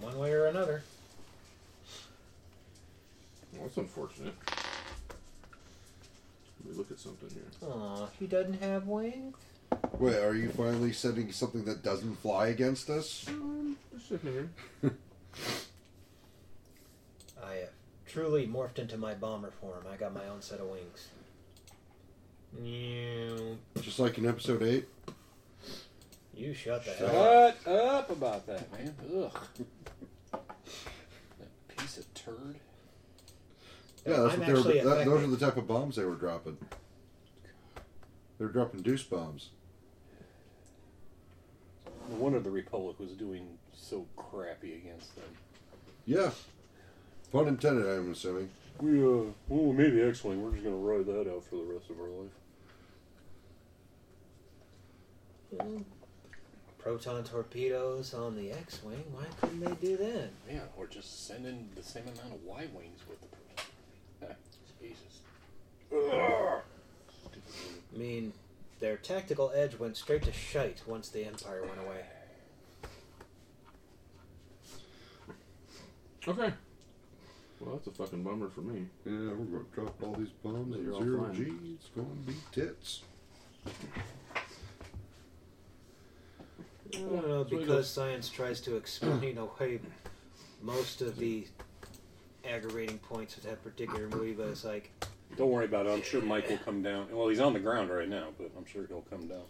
One way or another.
Well, that's unfortunate. Let me look at something here.
Aw, he doesn't have wings.
Wait, are you finally sending something that doesn't fly against us?
Just a second here.
I have truly morphed into my bomber form. I got my own set of wings. You,
Just like in episode eight.
you shut the hell up.
Shut up about that, man. Ugh. That
piece of turd.
Yeah, that's
I'm
what they were.
actually
That, those
affected.
are the type of bombs they were dropping. They're dropping deuce bombs.
No wonder the Republic was doing so crappy against them.
Yeah. Pun intended, I'm assuming.
We, uh, well, maybe X Wing. We're just going to ride that out for the rest of our life.
Proton torpedoes on the X-wing. Why couldn't they do that?
Yeah, or just send in the same amount of Y Wings with the person. Jesus.
I mean, their tactical edge went straight to shite once the Empire went away.
Okay. Well, that's a fucking bummer for me.
Yeah, we're gonna drop all these bombs
They're
at
all
zero
flying.
G. It's gonna be tits.
No, no,
That's what it
because
is.
science tries to explain away most of the aggravating points of that particular movie, but it's like,
Don't worry about it. I'm sure Mike will come down. Well, he's on the ground right now, but I'm sure he'll come down.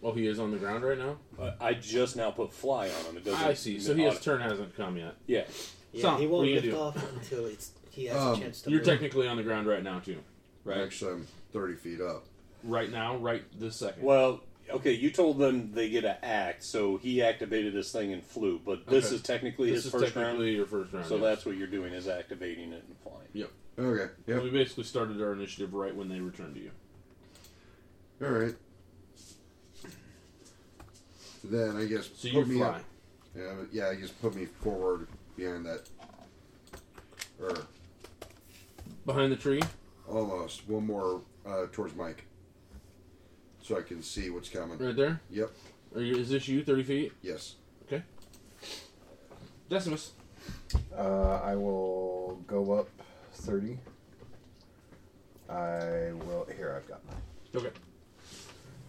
Well, he is on the ground right now.
I just now put fly on him. It doesn't.
I see. So his turn hasn't come yet.
Yeah.
yeah,
So,
he
what
won't
do you
lift
do?
off until it's, he has a chance to.
You're
move.
technically on the ground right now too. Right.
Actually, I'm 30 feet up.
Right now, right this second.
Well, okay. You told them they get to act, so he activated his thing and flew. But this
Okay.
is technically
This
his
is
first
technically
round.
your first round,
So
yes.
that's what you're doing is activating it and flying.
Yep.
Okay.
So we basically started our initiative right when they returned to you.
All right. Then I guess
So you
put me
fly.
up- Yeah, but- yeah, I guess put me forward behind that. Or
behind the tree.
Almost one more uh, towards Mike, so I can see what's coming.
Right there?
Yep.
Are you, is this you, 30 feet?
Yes.
Okay. Decimus.
Uh, I will go up 30. I will. Here, I've got mine.
Okay.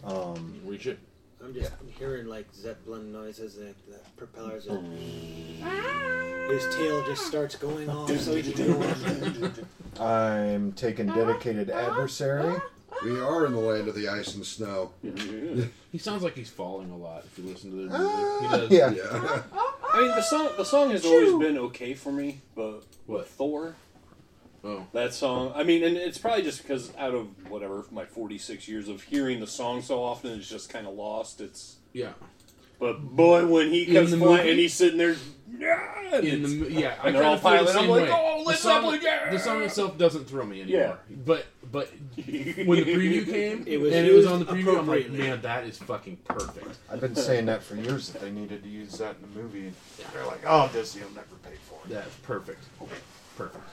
Um,
Reach it.
I'm just hearing like Zeppelin noises and the propellers. Are... His tail just starts going off, so he can go on.
I'm taking dedicated adversary.
We are in the land of the ice and snow.
he sounds like he's falling a lot if you listen to the music.
Ah,
he does.
yeah.
I mean, the song the song has always been okay for me, but with Thor,
oh,
that song. I mean, and it's probably just because out of whatever my forty six years of hearing the song so often, it's just kind of lost. It's
Yeah.
But boy, when he
In
comes
the
flying
movie-
and he's sitting there,
In the, mo- yeah, I
and they're
kinda feel
all
the
piling. I'm
same
like,
way.
oh,
the
let's
song,
up again.
The song itself doesn't throw me anymore. But but when the preview came
It was
and it was
used
on the preview, I'm like,
appropriately.
man, that is fucking perfect.
I've been saying that for years that they needed to use that in the movie. They're like, oh, Disney will never pay for it.
That's perfect. Perfect.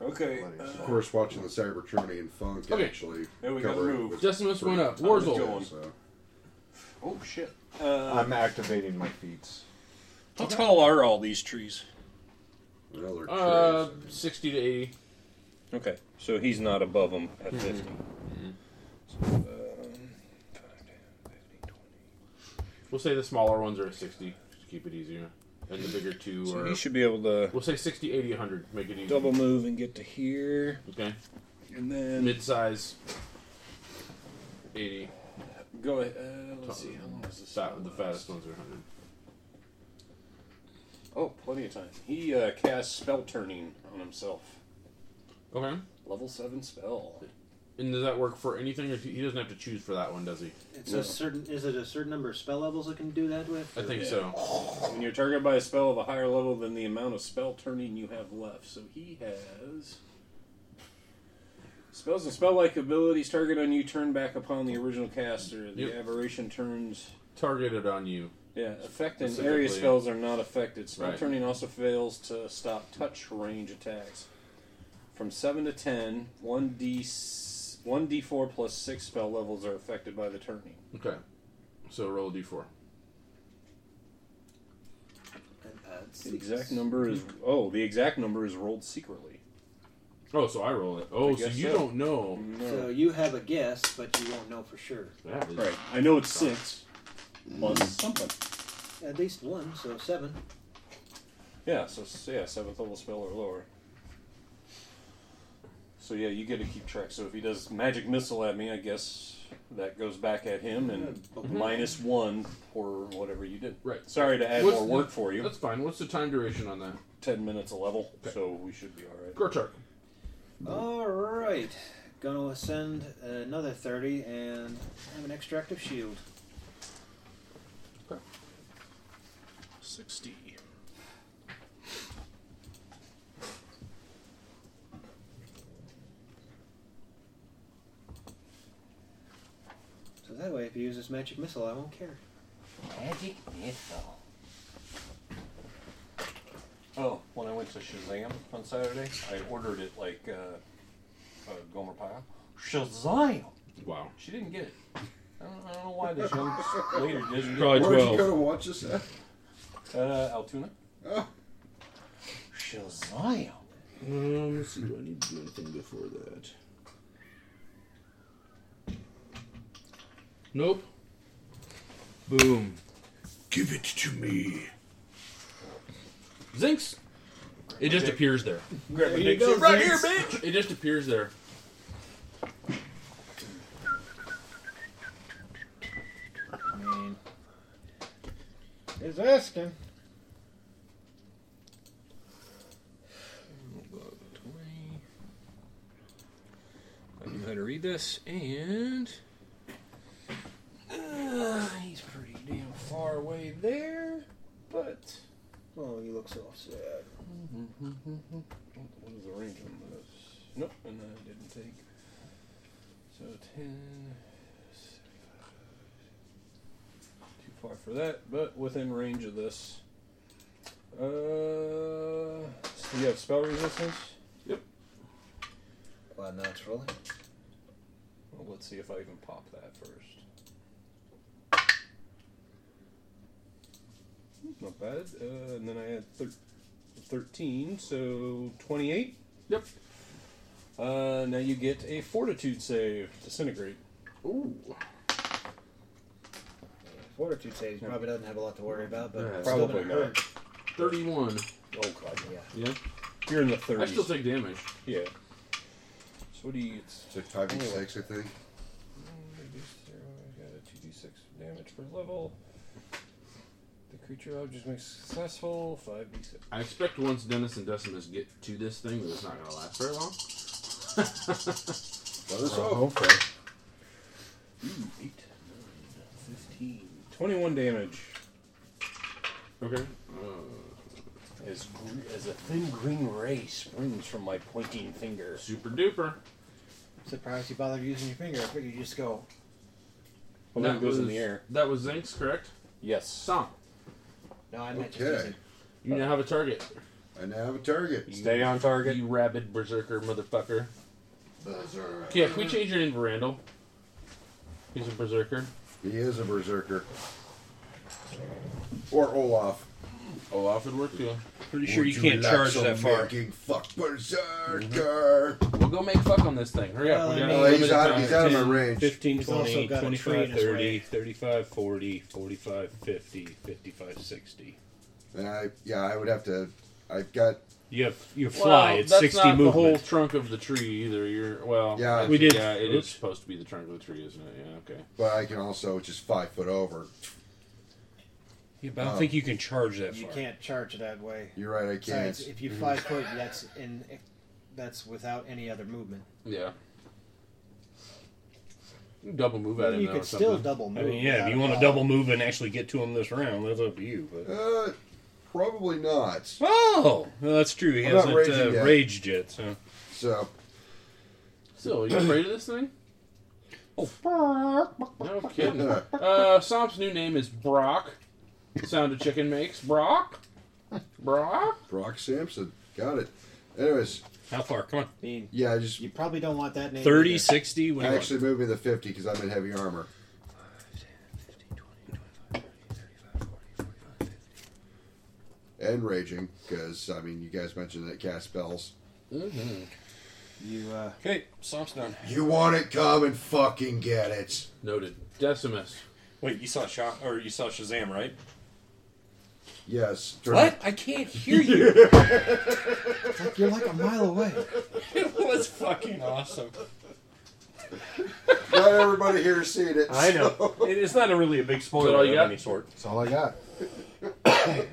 "Oh, Okay.
Of course, watching the Cybertronian funk
Okay.
actually.
There we go,
cover it
move.
was
Decimus
pretty
went up.
tight,
Warzel.
so.
Oh shit!
I'm activating my feats.
How tall are all these trees?
Uh, sixty to eighty.
Okay, so he's not above them at um,
Mhm.
50.
We'll say the smaller ones are at 60 to keep it easier. And the bigger two
So
are.
he should be able to.
We'll say 60, 80, 100. Make it easy.
Double move and get to here.
Okay.
And then.
Mid size. 80.
Go ahead. Uh, let's see. How long is this?
Fat, the fattest ones are 100.
Oh, plenty of time. He uh, casts spell turning on himself.
Okay.
Level 7 spell.
And does that work for anything? Or he doesn't have to choose for that one, does he?
It's a certain. Is it a certain number of spell levels that can do that with?
I think
Or-
so.
When you're targeted by a spell of a higher level than the amount of spell turning you have left. So he has. Spells and spell like abilities targeted on you turn back upon the original caster. The
Yep.
aberration turns.
Targeted on you.
Yeah, effect and area spells are not affected. Spell
Right.
turning also fails to stop touch range attacks. From 7 to 10, 1d, 1d4 plus 6 spell levels are affected by the turning.
Okay. So roll a d4.
Uh,
The exact number is. Oh, the exact number is rolled secretly.
Oh, so I roll it. Oh,
I
so
guess
you
so.
don't know.
So you have a guess, but you won't know for sure.
That is-
Right. I know it's 6 plus something.
At least one, so seven.
Yeah, so s- yeah, seventh level spell or lower. So yeah, you get to keep track. So if he does magic missile at me, I guess that goes back at him and minus one for whatever you did.
Right.
Sorry to add
What's
more work
the-
for you.
That's fine. What's the time duration on that?
Ten minutes a level, so we should be all right.
Gorchak.
All right, gonna ascend another thirty and have an extractive shield.
Sixty.
So that way, if you use this magic missile, I won't care.
Magic missile. Oh, when I went to Shazam on Saturday, I ordered it like uh, uh, Gomer Pyle. Shazam.
Wow.
She didn't get it. I don't, I don't know why this young lady didn't.
uh, Probably Where'd you 12. go to watch this at?
Uh, Altoona.
Oh.
shall Zion.
Um, let's see, do I need to do anything before that? Nope. Boom. Give it to me. Zinks. It just
dick.
appears there.
Grab There my you dick. go, Right Zinx. here,
bitch. It just appears there.
I mean, it's asking.
I knew how to read this, and uh, he's pretty damn far away there, but
oh, he looks all sad.
What is the range on this? Nope, and I didn't take. So 10. Too far for that, but within range of this. Uh, so you have spell resistance? Yep.
Well, naturally.
Well, let's see if I even pop that first. Not bad. Uh, and then I had thir- 13, so 28. Yep. Uh, now you get a fortitude save, disintegrate. Ooh.
Fortitude saves probably doesn't have a lot to worry about, but it's still
Probably
gonna hurt.
not. 31. Oh, God, yeah.
yeah.
You're in the 30s.
I still take damage.
Yeah. So what do you. It's
like 5d6, I think.
oh, I got a 2d6 damage per level. The creature object makes successful. 5d6.
I expect once Dennis and Decimus get to this thing, that it's not going to last very long.
Well, this- oh,
okay.
Ooh, 8, 9, 15. 21 damage.
Okay.
Uh, As, gr- as a thin green ray springs from my pointing finger.
Super duper.
Surprised you bothered using your finger. I figured you just go.
Well, that goes in the air.
That was Zinx, correct?
Yes.
Song.
No, I meant just
Okay.
using.
You now have a target.
I now have a target.
Stay on target. You rabid berserker motherfucker. Yeah, can we change your name to Randall? He's a berserker.
He is a berserker. Or Olaf.
Olaf would work too.
Pretty sure you can't charge that far.
fuck berserker.
We'll go make fuck on this thing. Hurry up.
Well,
we
I
got
mean-
limited
He's out-
time.
he's out of my
10,
range.
15,
He's also
20,
got a tree
25,
in his
30, 35, 40, 45, 50, 55, 60.
And I, yeah, I would have to. I've got.
You have you
Well, that's not the whole trunk of the tree either. You're well.
Yeah.
actually,
We did-
Yeah, it is
Oops.
supposed to be the trunk of the tree, isn't it? Yeah. Okay.
But I can also just five foot over.
Yeah,
but I don't think you
can charge
You can't charge it that way.
You're right, I
Besides,
can't.
If you
Mhm.
five foot, that's in. That's without any other movement.
Yeah. Double move
at Well, him, you though, could or still something. double
I
move
mean, yeah,
without
if
a
you want to
problem.
double move and actually get to him this round, that's up to you. But
Uh, probably not.
Oh, well, that's true. He
I'm not
hasn't
raging
uh,
yet.
raged yet. So,
So.
So, are you afraid of this thing? No kidding. uh, Somp's new name is Brock. The sound a chicken makes. Brock. Brock.
Brock Sampson. Got it. Anyways.
How far? Come on.
Yeah, I just. You
probably don't want that name.
30, either. 60, what do you
Actually, move me to 50 because I'm in heavy armor. And raging, because I mean, you guys mentioned that it casts spells.
Mm-hmm.
You uh,
okay, Somp's done.
You want it, come and fucking get it.
Noted. Decimus.
Wait, you saw Sha- or you saw Shazam, right?
Yes.
What? I can't hear you.
You're like a mile away.
it was fucking awesome.
Not everybody here has seen it.
I know.
so-
It- It's not a really a big spoiler
Is that all
of
you got?
any sort.
That's all I got.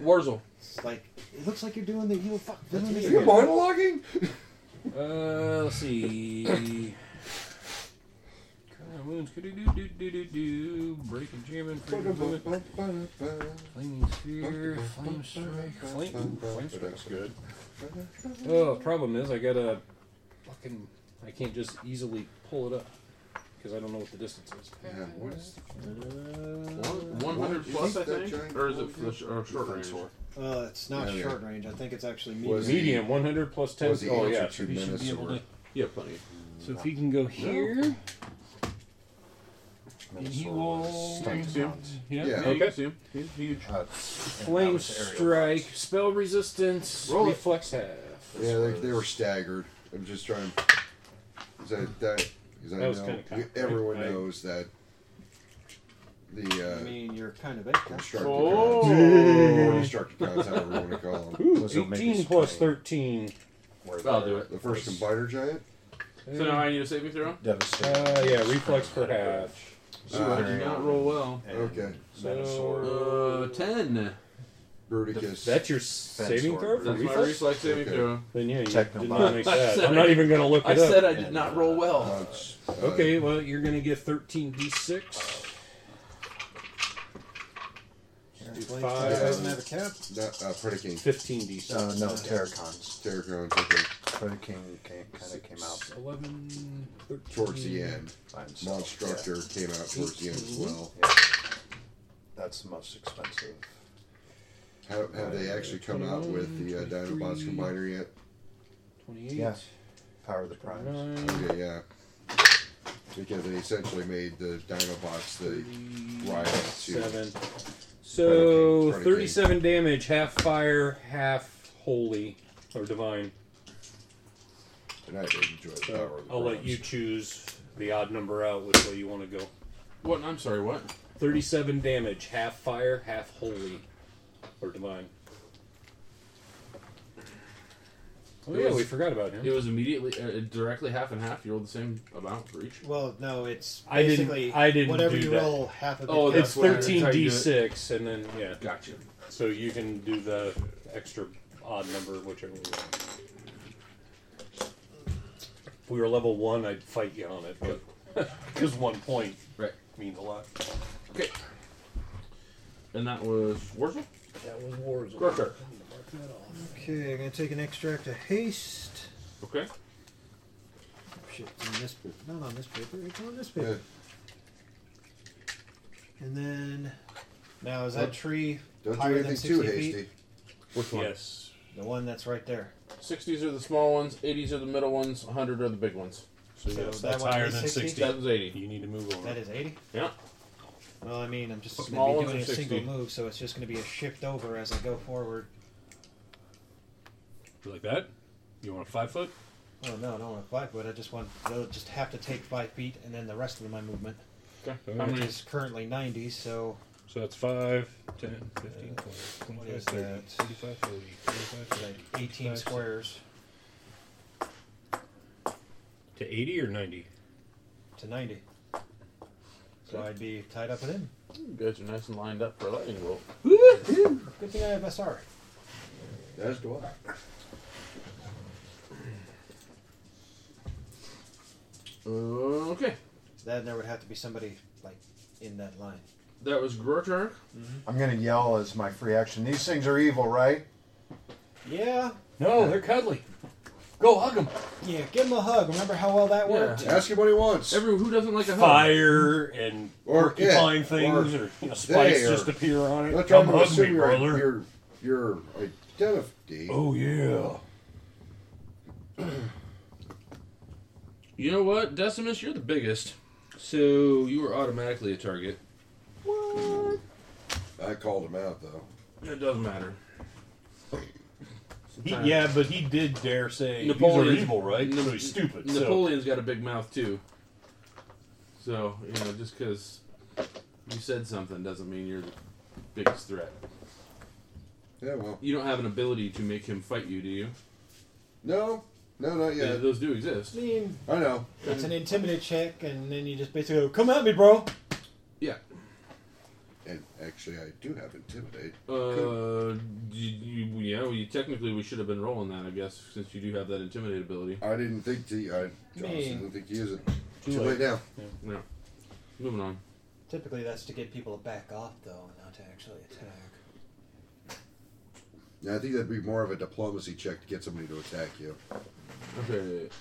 Warzel.
It's like it looks like you're doing the heel fuck villain.
me.
again.
You
monologuing?
Uh, let's see. Cry wounds. Do do do do do do. Break and jam and freedom movement. Flaming sphere. Flame strike. Flame. Flame strike's
good.
Oh, the problem is I gotta fucking. I can't just easily pull it up because I don't know what the distance is.
Yeah, what is?
One hundred plus, I think, or is it for the sh- or short
Different
range?
sort.
Uh, it's not
Yeah, yeah.
short range. I think it's actually medium.
Was medium, 100 plus 10.
was he
oh, yeah,
answered to
so he should be
Minnesota?
able to.
Yeah, plenty.
So if he can go here.
And he will. You
Stunt
can see him.
hounds.
Yeah,
Yeah.
you
Okay.
can see him. He's huge.
Flame strike, spell resistance,
Roll it.
reflex half.
Yeah, they, they were staggered. I'm just trying. Is that that? Because I
That was
know
kinda cocked,
everyone
right?
knows that the uh,
I mean, you're kind of it.
constructive
Oh.
cons, or destructive cons, however you want to call them.
Ooh, Those will make
18 us plus 13.
I'll do it.
The first combiner giant.
Uh, So now I need a saving throw?
Uh, yeah, reflex for half.
So I did not roll well.
Okay.
So, uh, 10.
Bruticus.
That's your saving throw? for
That's my
reflex?
reflex saving
Okay.
throw.
Then yeah, you did
Technobot.
not make
I
that.
said
I'm
I-
not even going to look
I
it up.
said I did not roll well.
Okay,
Okay, well, you're going to get 13 d6.
Do
Blade
five-
Blade doesn't have a cap?
Not, uh, Predicane.
15 d6.
Uh,
no,
Terracons. Terracons, okay.
Predicane came, kind of came out.
11, 13.
Towards the end.
By himself,
Monstructor came out towards the end as well.
That's the most expensive.
Have, have they actually come out with the uh, Dinobots combiner yet?
28.
Yeah. Power of the Primes.
Okay, yeah. Because they essentially made the Dinobots the rival to.
Seven. So
Predicane.
37 damage, half fire, half holy or divine.
And I did enjoy the power of the
I'll let
Primes.
you choose the odd number out, which way you want to go.
What? I'm sorry, what?
37 damage, half fire, half holy or divine. Oh,
It
yeah,
was-
we forgot about him.
It was immediately, uh, directly half and half. You rolled the same amount for each.
Well, no, it's
I didn't-
basically
I didn't
whatever
do
you
that.
roll, half of it.
Oh,
it's
that's what- that's
thirteen
how
d
you do it.
six, and then yeah.
Gotcha.
So you can do the extra odd number, whichever. You want. If we were level one, I'd fight you on it, but because one point
Right.
means a lot.
Okay. And that was Warzel?
That was Warzone.
Crocker.
Okay, I'm gonna take an extract of haste.
Okay.
Shit, it's on this, not on this paper. It's on this paper. And then,
Now, is that
What?
tree
Don't do
higher than
anything too
60
hasty.
feet?
Which one?
Yes.
The one that's right there.
60s are the small ones, 80s are the middle ones, 100 are the big ones.
So that one is 60?
That was 80.
You need to move on.
That is 80?
Yeah.
Well, I mean, I'm just going
Small
to be
ones
doing
are
a
60.
single move, so it's just going to be a shift over as I go forward.
You like that? You want a five foot?
Oh, no, I don't want five foot. I just want, they'll just have to take five feet and then the rest of my movement.
Okay. How
Which
many?
is currently 90, so
So that's 5, 10, 15, 20,
what
25,
is
30,
that?
35, 40, 45,
like 18 squares
To 80 or 90?
to 90. So I'd be tied up with him.
You guys are nice and lined up for a lightning bolt.
Good thing I have SR.
As do I.
Okay.
Then there would have to be somebody, like, in that line.
That was Grotark.
I'm going to yell as my free action. These things are evil, right?
Yeah.
No, they're cuddly. Go hug them.
Yeah, give him a hug. Remember how well that worked?
Ask him what he wants.
Every who doesn't like a hug?
Fire and
Or
porcupine
it,
things,
or
or, you know, spikes
they, or-
just appear on it.
Not trying
Come
to
hug me,
assume your,
brother.
your, your identity.
Oh, yeah.
You know what, Decimus, you're the biggest, so you are automatically a target.
I called him out, though.
It doesn't matter.
He, yeah, but he did dare say
Napoleon-
these are evil, right?
Nap-
so he's stupid. so.
Napoleon's got a big mouth too. So you know, just because you said something doesn't mean you're the biggest threat.
Yeah, well.
You don't have an ability to make him fight you, do you?
No, no, not
Yeah,
yet.
those do exist.
I mean,
I know.
it's an intimidate check, and then you just basically go, come at me, bro.
Yeah.
And actually, I do have intimidate.
Uh, you, you, yeah. Well, you technically we should have been rolling that, I guess, since you do have that intimidate ability.
I didn't think to. I honestly
Me.
didn't think to use it.
Too
Too, late.
late.
now.
Yeah. Moving on.
Typically, that's to get people to back off, though, not to actually attack.
Yeah, I think that'd be more of a diplomacy check to get somebody to attack you.
Okay.
It's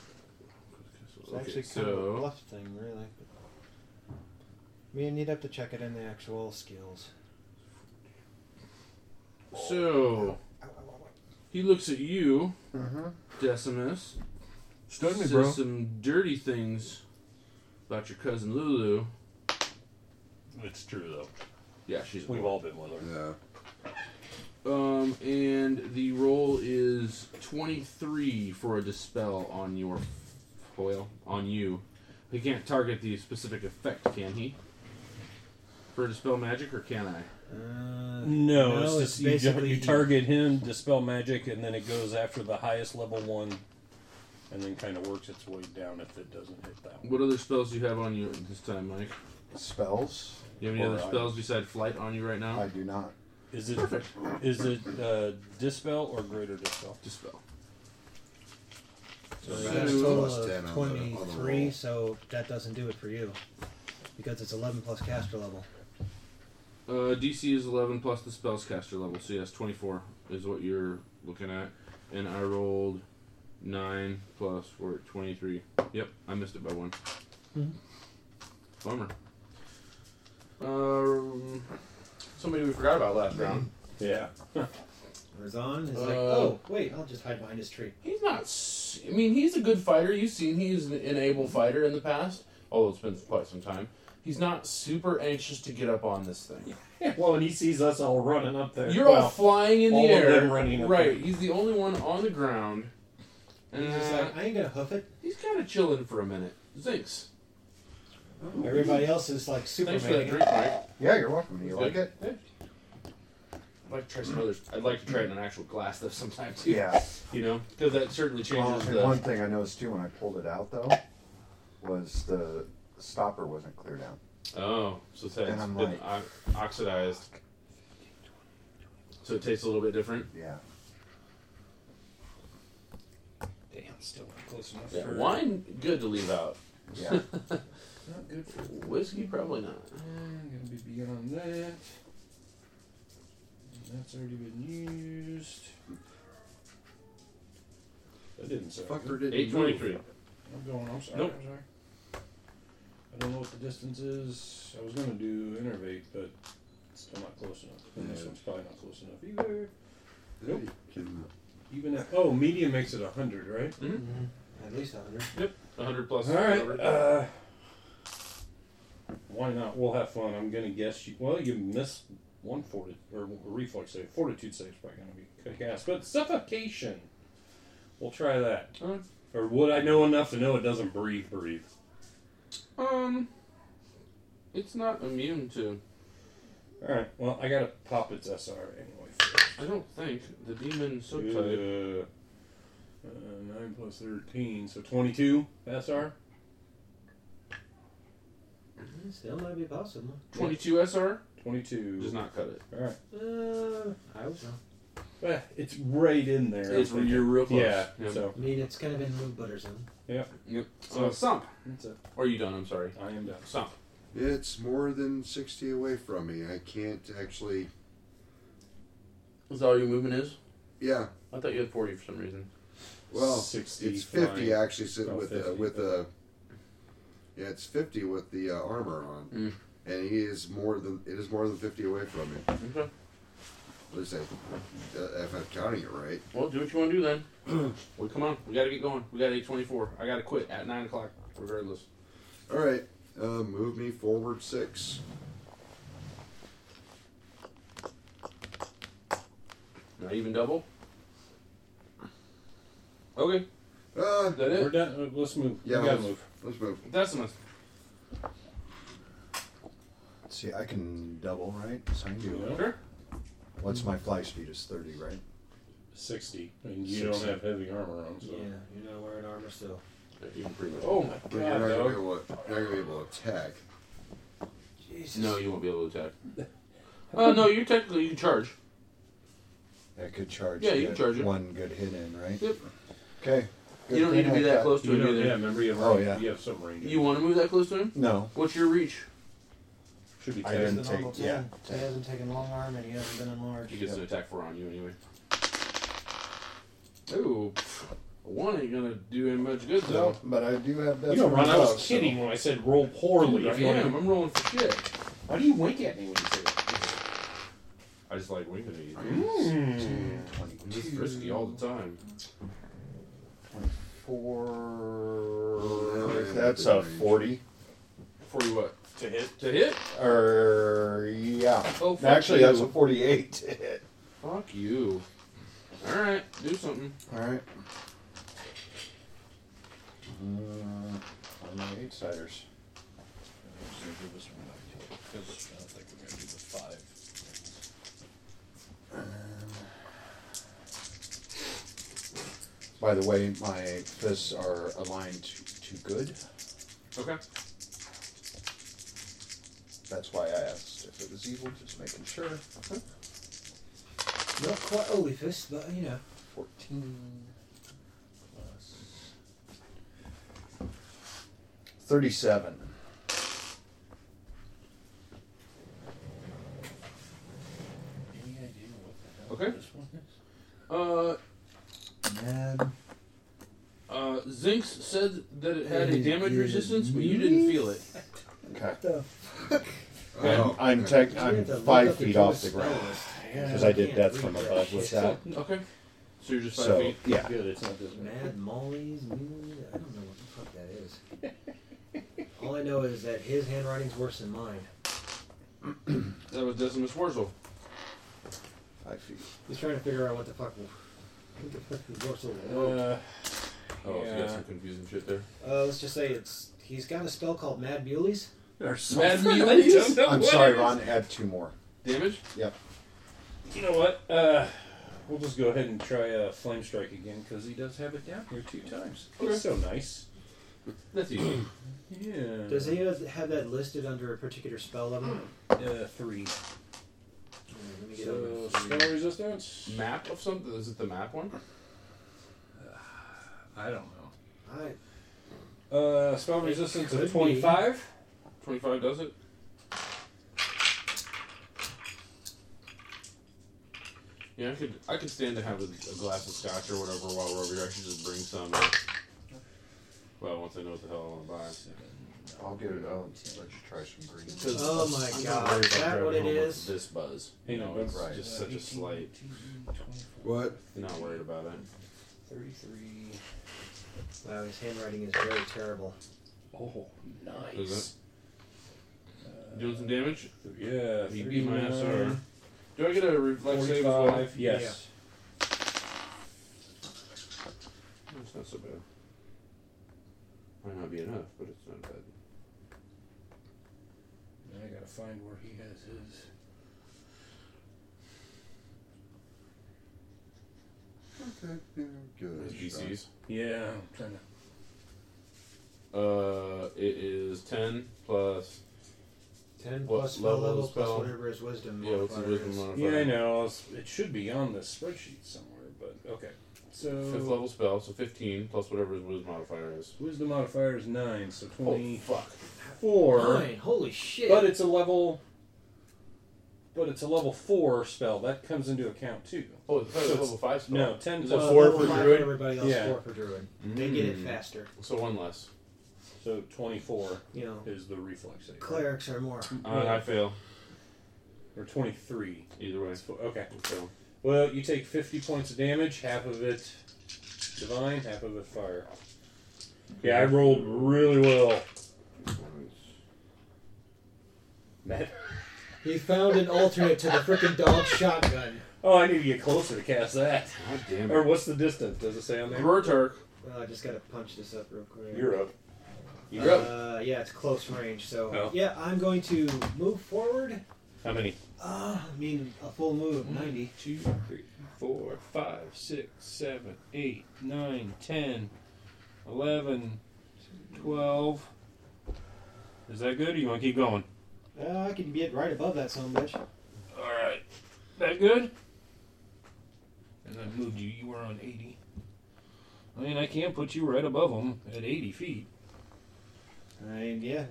Okay,
actually kind of a
so
bluff thing, really. I mean, you'd have to check it in the actual skills.
so he looks at you, Decimus.
Stun me,
says
bro.
some dirty things about your cousin Lulu,
It's true though.
Yeah, she's a
We've
whore.
all been with
Uh,
her.
Um, and the roll is 23 for a dispel on your foil, on you. He can't target the specific effect, can he? For a dispel magic, or can I?
Uh,
No,
No,
it's,
it's
just you, tar-
basically-
you target him, dispel magic, and then it goes after the highest level one, and then kind of works its way down if it doesn't hit that one.
What other spells do you have on you at this time, Mike?
Spells?
You have any
Or
other
I-
spells besides flight on you right now?
I do not.
Is it
Perfect.
is it uh, dispel or greater dispel?
Dispel.
So
So
you got a
that's
total
plus 10 on
of
uh,
the- on the
twenty-three,
roll.
so that doesn't do it for you because it's eleven plus caster level.
Uh, DC is 11 plus the spell's caster level, so yes, 24 is what you're looking at. And I rolled 9 plus four, 23. Yep, I missed it by one.
Mhm.
Bummer. Um, somebody we forgot about last round.
Yeah.
Razan is
Uh,
like, oh wait, I'll just hide behind his tree.
He's not. s- I mean, he's a good fighter. You've seen he's an, an able fighter in the past, although it's been quite some time. He's not super anxious to get up on this thing.
well, and he sees us all running up there.
You're
Well,
all flying in
all
the
of
air.
them running up
right.
there.
He's the only one on the ground. And uh,
He's just like, I ain't gonna hoof it.
He's kind of chilling for a minute. Zinks.
Everybody else is like Superman.
Thanks for that drink, Mike.
Yeah, you're welcome. You
It's
like
good.
it?
Yeah. I'd like to try some others. I'd like to try it in an actual glass though sometime too.
Yeah.
You know, because that certainly
Well,
changes
and
the.
one thing I noticed too when I pulled it out though was the stopper wasn't cleared out.
Oh, so it's had-
And
it's
I'm
been
like-
o- oxidized. So it tastes a little bit different.
Yeah.
Damn, still not close enough.
Yeah,
for-
wine, good to leave out.
Yeah.
not good for whiskey, probably not.
I'm gonna be beyond that. And that's already been used. That didn't sound
Fucker
good.
didn't 823. move.
I'm going. I'm sorry.
Nope.
I'm sorry. I don't know what the distance is. I was gonna do innervate, but it's still not close enough. And this
Yeah.
one's probably not close enough either. Nope. Even at, oh, medium makes it hundred, right?
Mm-hmm.
At least hundred. Mm-hmm,
Yep, 100 plus.
All right.
whatever.
Uh, why not? We'll have fun. I'm gonna guess you. Well, you miss one fortitude or a reflex save. Fortitude save's probably gonna be kick ass, but suffocation. We'll try that.
Alright.
Or would I know enough to know it doesn't breathe? Breathe.
Um, it's not immune to.
All right. Well, I gotta pop its SR anyway. First.
I don't think the demon subtype.
Uh, uh, nine plus thirteen, so twenty-two SR.
Still might be possible.
22 SR
Twenty-two
does not cut it.
All right.
Uh, I hope so.
Well, Eh, it's right in there.
It's-
I'm thinking.
you're real close.
Yeah.
Yeah.
So.
I mean, it's kind of in mood butters in.
Yep.
Yep.
So-
Uh, Sump.
That's it.
Or are you done? I'm sorry.
I am done.
Sump.
It's more than 60 away from me. I can't actually.
Is that all your movement is?
Yeah.
I thought you had 40 for some reason.
Oh,
Well,
60
Oh, it's 50
flying.
actually sit
Oh,
with
50,
the, with
okay.
the yeah, it's 50 with the uh, armor on,
Mm.
and he is more than it is more than 50 away from me.
Okay.
At least I, uh, if I'm counting it right.
Well, do what you want to do then. well, come on. We got to get going. We got 824. I got to quit at 9 o'clock, regardless.
All right, uh, move me forward six.
Not even double? Okay.
Uh,
that it?
We're done. Uh, Let's move.
Yeah,
we gotta
let's,
move.
let's move.
Decimus.
See, I can double, right? So I can do
Sure.
What's my fly speed is thirty, right?
60. And you
60.
don't have heavy armor on, so.
Yeah, you're not wearing armor still.
Even pretty much. Oh my
But you're not gonna be able to, you're not gonna be able to attack.
Jesus.
No, you won't be able to attack. Uh, no, you technically you can charge.
I could charge.
Yeah, you can
that
charge it.
One good hit in, right?
Yep.
Okay.
You don't need to be that close to
You
him
don't,
either.
yeah, remember you have,
Oh,
range-
yeah.
you have some range.
You want to move that close to him?
No.
What's your reach?
Should be
I
ten.
didn't take. Yeah.
He hasn't taken long arm and he hasn't been enlarged.
He gets an attack four on you anyway. Ooh, one ain't gonna do him much good though.
No, but I do have that.
You know, Ron, I was kidding when I said roll poorly.
I
I'm going,
am. I'm rolling for shit.
Why do you wink at me when you say that?
I just like winking at you. I'm just
22,
frisky all the time.
24.
Well, now I am
That's
at
a
range.
40.
For you what?
To hit?
To hit?
Or, yeah.
Oh, fuck
Actually,
you.
that's a 48 to hit.
Fuck you. Alright, do something.
Alright. Mm, on my eight siders. By the way, my fists are aligned to, to good.
Okay.
Oh,
That's why I asked if it was evil, just making sure.
Uh-huh. Not quite holy fist, but you know.
14 plus 37. Any idea what the
Okay.
this one is?
Uh,
Man.
uh, Zinx said that it had a damage resistance, but you didn't feel it.
Okay.
Oh,
I'm, I'm, tech, I'm five feet off the ground because I did death from above with that.
Okay. So you're just five
So,
feet?
yeah.
Good, it's not this way.
Mad Molly's mood. I don't know what the fuck that is. All I know is that his handwriting's worse than mine.
That was Decimus Warzel.
Five feet.
He's trying to figure out what the fuck. What the fuck is Dorsal?
Uh, oh, yeah.
Yeah.
got some confusing shit there.
Uh, let's just say it's he's got a spell called Mad Muleys.
There's
Mad
something-
Muleys? I don't know
I'm
what
sorry,
it is.
Ron. Add two more.
Damage?
Yep.
You know what? Uh, we'll just go ahead and try uh, Flame Strike again because he does have it down here two times.
Okay.
He's so nice.
That's easy.
Yeah.
Does he have have that listed under a particular spell level?
Uh, three.
Let me get
so,
over
spell
here.
resistance? Map of something? Is it the map one?
I don't
Alright.
know. Uh, spell resistance
could
of
be.
25.
25 does it? Yeah, I could I could stand to have a, a glass of scotch or whatever while we're over here. I should just bring some. uh, Well, once I know what the hell I want to buy.
I'll get it out. Let you try some green.
'Cause
Oh
I'm
my
not
God,
worried about
is that
grabbing
what it
home with
is?
This buzz.
Hey,
You know,
no,
it's
that's,
just
uh,
such a
18,
slight.
24,
What?
Not worried about it.
33.
Wow, his handwriting is very terrible.
Oh,
Is
nice.
Doing some damage?
Yeah,
You beat my ass
39,
already. Do I get a reflex save as well?
45. Yes.
It's not so bad. Might not be enough, but it's not bad.
Now I gotta find where he has his.
Okay, yeah, good.
DCs.
Yeah, I'm trying to.
Uh, it is ten plus.
Ten
What
plus spell
level
level
is
plus
spell?
whatever his wisdom
Yeah, what's the
modifier
wisdom
is.
modifier?
Yeah, I know. it's- It should be on the spreadsheet somewhere, but okay. So
Fifth level spell, so fifteen plus whatever his wisdom modifier is.
Wisdom modifier is nine, so twenty
Oh, fuck.
four.
Nine, holy shit!
But it's a level. But it's a level four spell that comes into account too.
Oh, it's
So
a
it's-
level five spell.
No, ten
Is
is
it
Uh,
four
level
for
five
druid?
Everybody else
Yeah.
four for druid. They get
Hmm.
it
Mm.
faster.
So one less.
So twenty four
You know,
is the reflex save. right?
clerics are more.
Uh, I fail.
Or twenty three.
Either way.
Okay.
I fail.
Well, you take fifty points of damage. Half of it divine, half of it fire. Yeah, I rolled really well. Matt.
He found an alternate to the freaking dog shotgun.
Oh, I need to get closer to cast that.
God damn
Or
it.
what's the distance? Does it say on there?
Rotark.
Well, I just gotta punch this up real quick.
You're up.
You're up.
Uh, yeah, it's close range, so
Oh.
yeah, I'm going to move forward.
How many?
Uh, I mean, a full move, of ninety.
Two, three, four, five, six, seven, eight, nine, ten, eleven, twelve. Is that good? Or you want to keep going?
Uh, I can get right above that son of a bitch.
All right. That good? And I moved you. You were on 80. I mean, I can't put you right above him at 80 feet.
And yeah,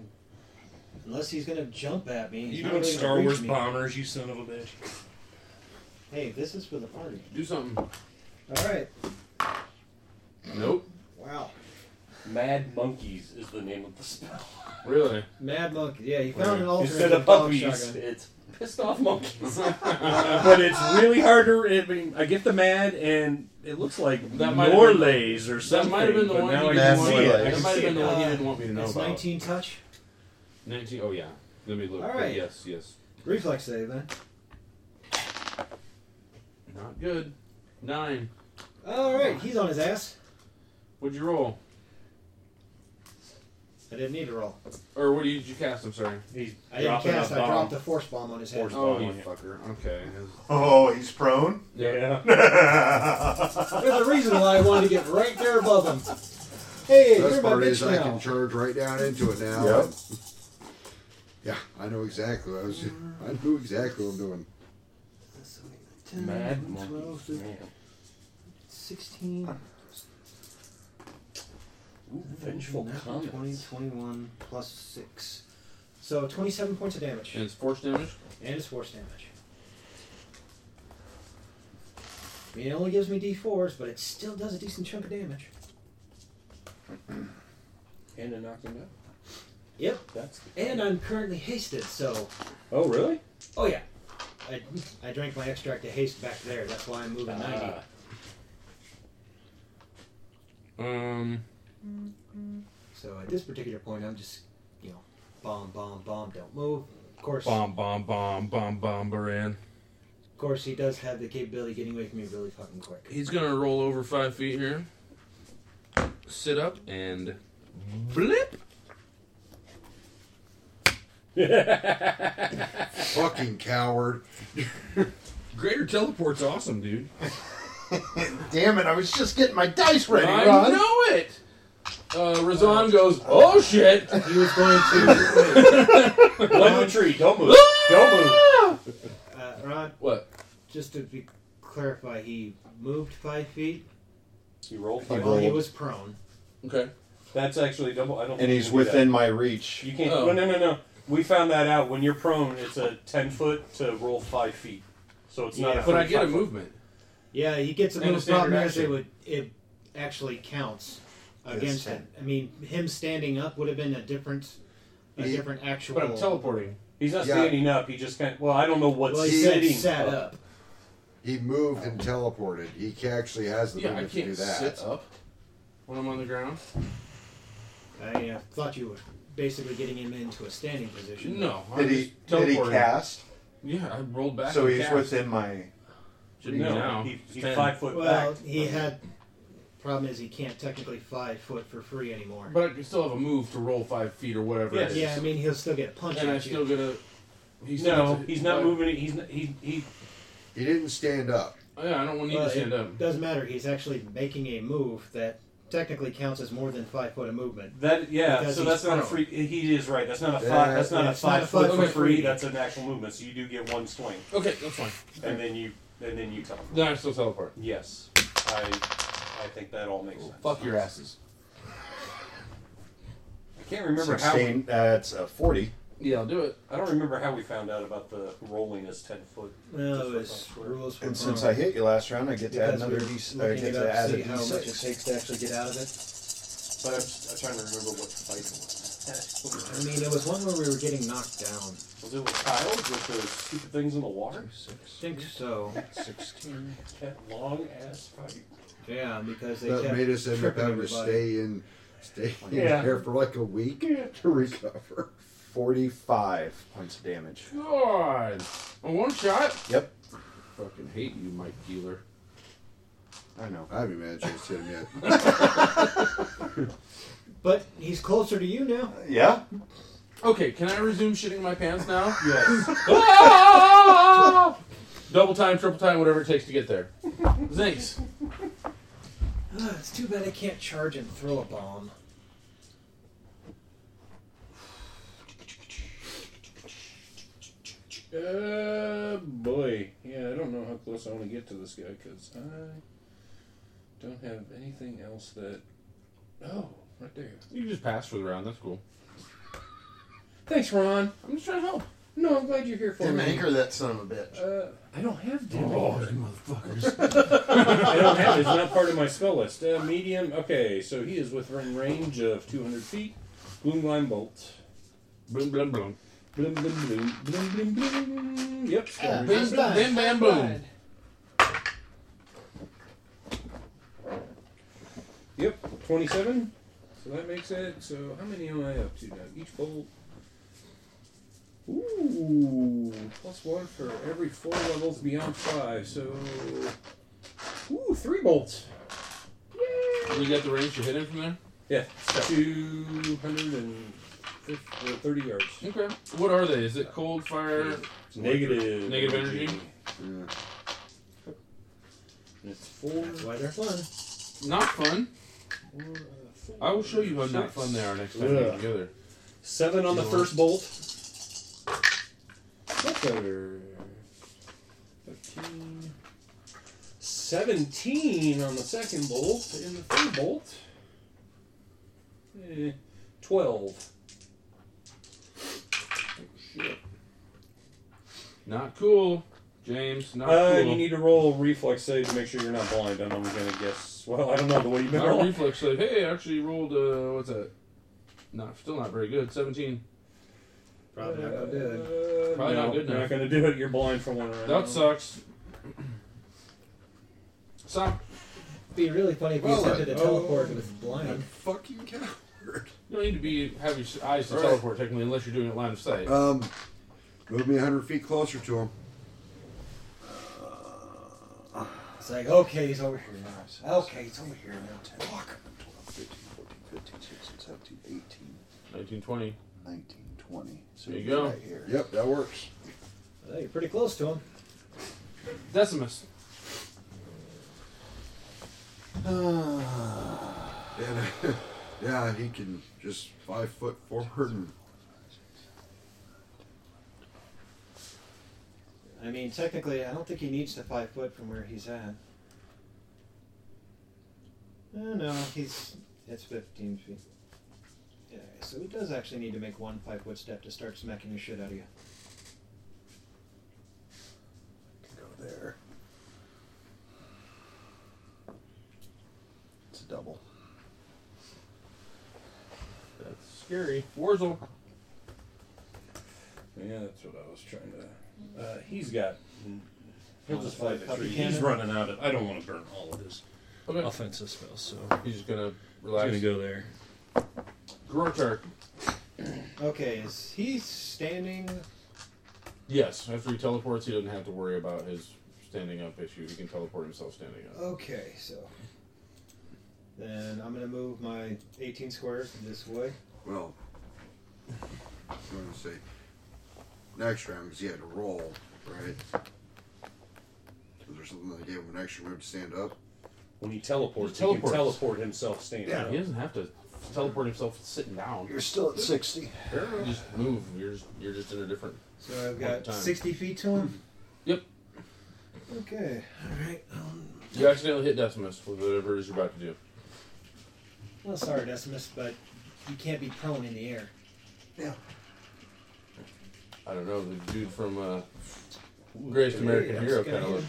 unless he's gonna jump at me. he's
You
not
doing
really gonna
Star
reach
Wars
me.
bombers, you son of a bitch.
Hey, this is for the party.
Do something.
All right.
Nope.
Wow.
Mad Monkeys is the name of the spell.
Really?
Mad monkey. Yeah, he found an alternate
Instead
to
of
the dog
puppies,
shotgun.
it's pissed off monkeys. but it's really harder. I mean, I get the mad, and it looks like
That might have been-
Norlays or
That
something.
might have been the
but
one.
now
you
I
didn't
can
want-
see it. I
That
can
might have
see
been the
it.
one you didn't want me to know
It's
about.
19 touch.
Nineteen. Oh yeah. Let me look.
All
but
right.
Yes. Yes.
Reflex save then.
Not good. Nine.
All right, he's on his ass.
What'd you roll?
I didn't need to roll.
Or what did you cast? I'm sorry.
He's
I didn't cast. I dropped a force bomb on his head.
oh, you fucker. Okay.
Oh, he's prone?
Yeah.
There's a reason why I wanted to get right there above him. Hey,
Best
you're my
part is
bitch
I
now.
can charge right down into it now.
Yep.
Yeah, I know exactly. What I was. I knew exactly what I'm doing.
10,
Mad
12, 16.
Vengeful
Natural
comments.
20, 21, plus 6. So 27 points of damage.
And it's force damage.
And it's force damage. I mean, it only gives me d4s, but it still does a decent chunk of damage.
And it knocked him down.
Yep.
That's
And I'm currently hasted, so.
Oh, really?
Oh, yeah. I, I drank my extract of haste back there. That's why I'm moving 90.
Um.
So at this particular point, I'm just, you know, bomb, bomb, bomb, don't move. Of course,
Bomb, bomb, bomb, bomb, bomb, Baran.
of course, he does have the capability of getting away from me really fucking quick.
He's gonna roll over five feet here, sit up, and blip.
Fucking coward.
Greater teleport's awesome, dude.
Damn it, I was just getting my dice ready,
I
Ron.
know it. Uh, Razan goes, oh shit.
He was going
to.
Climb the tree,
Don't
move.
Don't move.
Uh, Rod,
What?
just to be, clarify, he moved five feet.
He rolled
He,
five.
well, he was prone.
Okay.
That's actually double. I don't.
And
think
he's
we can do
within
that.
my reach.
You can't.
Oh.
No, no, no, no. We found that out. When you're prone, it's a ten foot to roll five feet. So it's not.
Yeah.
A
But I get a
35 foot.
movement.
Yeah, he gets a
And a
move.
standard
Problem is,
action.
it would it actually counts against
Yes.
him. I mean, him standing up would have been a different, a
He-
different actual.
but I'm teleporting.
He's not
Yeah.
standing up. He just kind. Of, well, I don't know what's
Well, he said
sitting
sat
up.
up.
He moved and teleported. He ca- actually has the
Yeah, I
movement to do
can't
that.
sit up when I'm on the ground.
I uh, thought you were basically getting him into a standing position.
No, I'm
Did he,
just
did he
teleporting.
cast?
Yeah, I rolled back.
So
and
he's
cast.
within my.
Should be now.
he, he's
Ten.
five foot
Well,
back.
he had. Problem is, he can't technically five foot for free anymore.
But I can still have a move to roll five feet or whatever.
Yes.
It is.
yeah, I mean, he'll still get a punch
and I
at you.
still gonna. He's
no, he's not moving. it. He's not, he he.
He didn't stand up.
Yeah, I don't want to need
Well,
to stand
it
up.
doesn't matter. He's actually making a move that technically counts as more than five foot of movement.
That yeah.
Because
so
he's
that's not a free.
prone.
He is right. That's not a five.
That-
that's not a
that's not
five
a
foot for
five-foot
free.
free.
That's an actual movement. So you do get one swing,
Okay, that's fine.
and then you and then you teleport.
Then I still teleport.
Yes, I I think that all makes sense.
Fuck your asses.
I can't remember how. We,
16, that's a 40.
Yeah, I'll do it.
I don't remember how we found out about the rolling is ten foot.
No, it's rules were
And since
wrong.
I hit you last round, I get to add
Because
another
we
d
were
I
looking
get
it
to
up
add a
see how much it
d6.
takes to actually get out of it.
But I'm, I'm trying to remember what the fight was.
I mean, there was one where we were getting knocked down.
Was it with Kyle with those stupid things in the water?
I think so.
16.
That long ass fight.
Yeah, because they
That
kept
made us end up
tripping
having to
everybody.
stay in, stay in
Yeah.
there for like a week to recover.
45 points of damage.
God, a one shot.
Yep.
Fucking hate you, Mike Dealer.
I know.
I haven't even had a chance to hit him yet.
But he's closer to you now.
Yeah?
Okay, can I resume shitting my pants now?
Yes.
Ah! Double time, triple time, whatever it takes to get there. Thanks.
Ah, it's too bad I can't charge and throw a bomb.
Uh, boy. Yeah, I don't know how close I want to get to this guy because I don't have anything else that. Oh, right there. You can just pass for the round. That's cool. Thanks, Ron. I'm just trying to help. No, I'm glad you're here for
Didn't
me.
anchor that son of a bitch.
Uh, I don't have damage.
I
Oh, I don't have. It's not part of my spell list. Uh, medium. Okay, so he is within range of 200 feet. Bloom glime bolt. Bloom bloom bloom. Bloom bloom bloom. Bloom bloom bloom. Yep.
Ah,
Bam
first line,
bam bam
first
boom.
line.
Yep. 27. So that makes it. So how many am I up to now? Each bolt. Ooh, plus one for every four levels beyond five. So, ooh, three bolts.
And you got the range to hit him from there?
Yeah, two hundred and uh, thirty yards.
Okay. What are they? Is it cold, fire?
It's negative.
Negative energy?
Yeah. And it's four.
That's
why
they're fun. Not fun. I will show you how not fun they are next time we
Ugh.
get together.
Seven on the
Yours.
first bolt. That's better. 13. 17 on the second bolt. And the third bolt. eh, 12.
Shit. Not cool, James. Not
uh,
cool.
You need to roll reflex save to make sure you're not blind. And I'm going to guess. Well, I don't know the way you've been
Not a
rolling.
reflex save. Hey, I actually rolled. Uh, what's that? Not still not very good. Seventeen.
Probably
not
gonna
do
it. Probably
no,
not good
You're
enough.
not going to do it. You're blind for one round.
That sucks. Stop.
Be really funny if you
Well,
attempted to
uh,
teleport
oh,
with blind. Fucking coward.
You don't need to be have your eyes to
All right.
teleport technically, unless you're doing it line of sight.
Um, move me 100 feet closer to him.
It's like, okay, he's over here now. Okay, he's over here now. Fuck.
15, 16, 17, 18,
19, 20.
19, 20. So
There you
he's
go.
Right here.
Yep, that works.
Well, you're pretty close to him.
Decimus.
And, yeah, he can just five foot forward and
I mean, technically, I don't think he needs the five foot from where he's at. Uh, no, he's it's fifteen feet. Yeah, so he does actually need to make one five foot step to start smacking the shit out of you.
Go there. It's a double.
That's scary. Warzel.
Yeah, that's what I was trying to. Uh, he's got. He'll just
Like
fight the
puppy
tree.
cannon?
He's running out of. I don't want to burn all of his
Okay.
offensive spells, so
He's just gonna
he's
relax.
gonna go there.
Grotark.
Okay, is he standing?
Yes, after he teleports, he doesn't have to worry about his standing up issue. He can teleport himself standing up.
Okay, so then I'm gonna move my eighteen squares this way.
Well, I'm going to say next round because he had to roll, right? Is there something that gave him an extra move to stand up?
When he teleports,
He
he,
teleports.
can teleport himself standing
Yeah,
up.
he doesn't have to teleport himself sitting down.
You're still at 60.
You just move. You're just, you're just in a different.
So I've
point in
got
time.
sixty feet to him.
Yep.
Okay. um. All right.
You accidentally hit Decimus with whatever it is you're about to do.
Well, sorry, Decimus, but you can't be prone in the air. Yeah.
I don't know. The dude from uh, Greatest American Hero kind of look.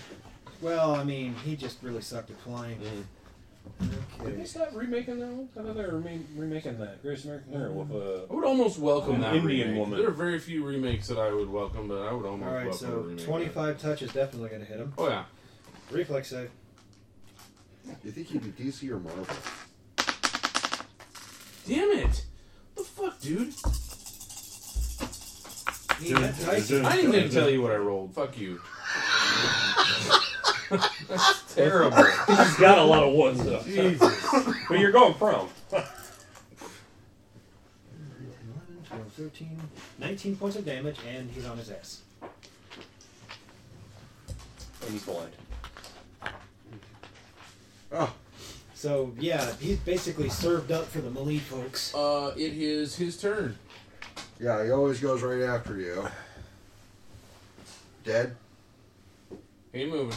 Well, I mean, he just really sucked at flying.
Mm-hmm.
Did they
Okay.
stop remaking that one? I thought they were rem- remaking that. Greatest American Hero with uh, a.
I would almost welcome
An
that
Indian
remake.
woman.
There are very few remakes that I would welcome, but I would almost
All right,
welcome a
so
remake. of that.
twenty-five touch is definitely gonna hit him.
Oh yeah.
Reflex save.
You think he'd be DC or Marvel?
Damn it! The fuck, dude!
He had dice.
I didn't even tell you what I rolled. Fuck you. That's terrible.
He's got a lot of ones though.
Jesus.
But you're going from.
12, 13, 19 points of damage, and he's on his ass.
And he's blind.
Oh.
So, yeah, he's basically served up for the melee folks.
Uh, it is his turn.
Yeah, he always goes right after you. Dead?
He ain't moving.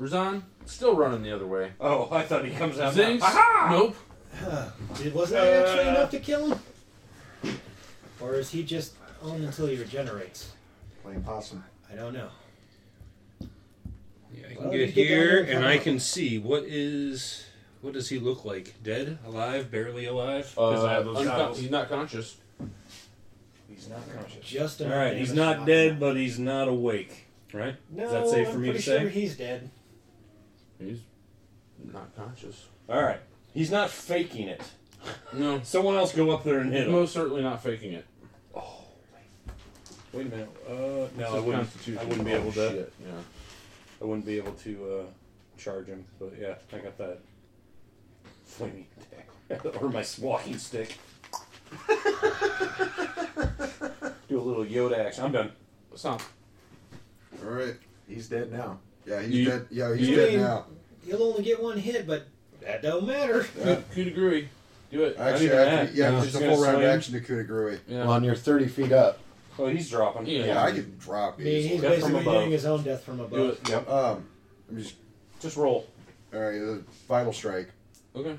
Razan, still running the other way.
Oh, I thought he comes out.
Zinx, nope.
Did- Was that actually enough to kill him? Or is he just on until he regenerates?
Playing possum.
I don't know.
Yeah, I
Well,
can
you
get
get down
here
there and
and
find
I
out.
can see what is. What does he look like? Dead? Alive? Barely alive?
Uh,
I have those
uncon-
goggles.
he's not conscious.
He's not conscious.
Just
All
enough
right, he's
damage to
not
knock
dead,
him
but he's not awake. Right?
out.
is that safe for
I'm
me to
pretty
say?
sure he's dead.
He's not conscious.
All right, he's not faking it.
No.
Someone else go up there and hit him.
Most certainly not faking it.
Wait a minute. Uh,
It's
no, I
a
wouldn't.
constitution.
I wouldn't be
Oh,
able to.
shit, yeah.
I wouldn't be able to uh, charge him. But yeah, I got that flaming attack or my walking stick. Do a little Yoda action. I'm done. Stop.
All right.
He's dead now.
Yeah, he's
You-
dead. Yeah, he's
you-
dead
mean-
now.
You'll only get one hit, but that don't matter.
Yeah.
Coup de grace. Do it.
Actually,
Not even
I could-
that.
yeah,
No.
just a
Just gonna
full round
swing.
action to coup de grace.
Yeah.
Well, and you're 30 feet up.
Oh, he's dropping.
Yeah, I can drop
I mean,
easily.
he's basically doing his own death from above.
Yep. Um, I'm just
just roll.
All right, uh, vital strike.
Okay.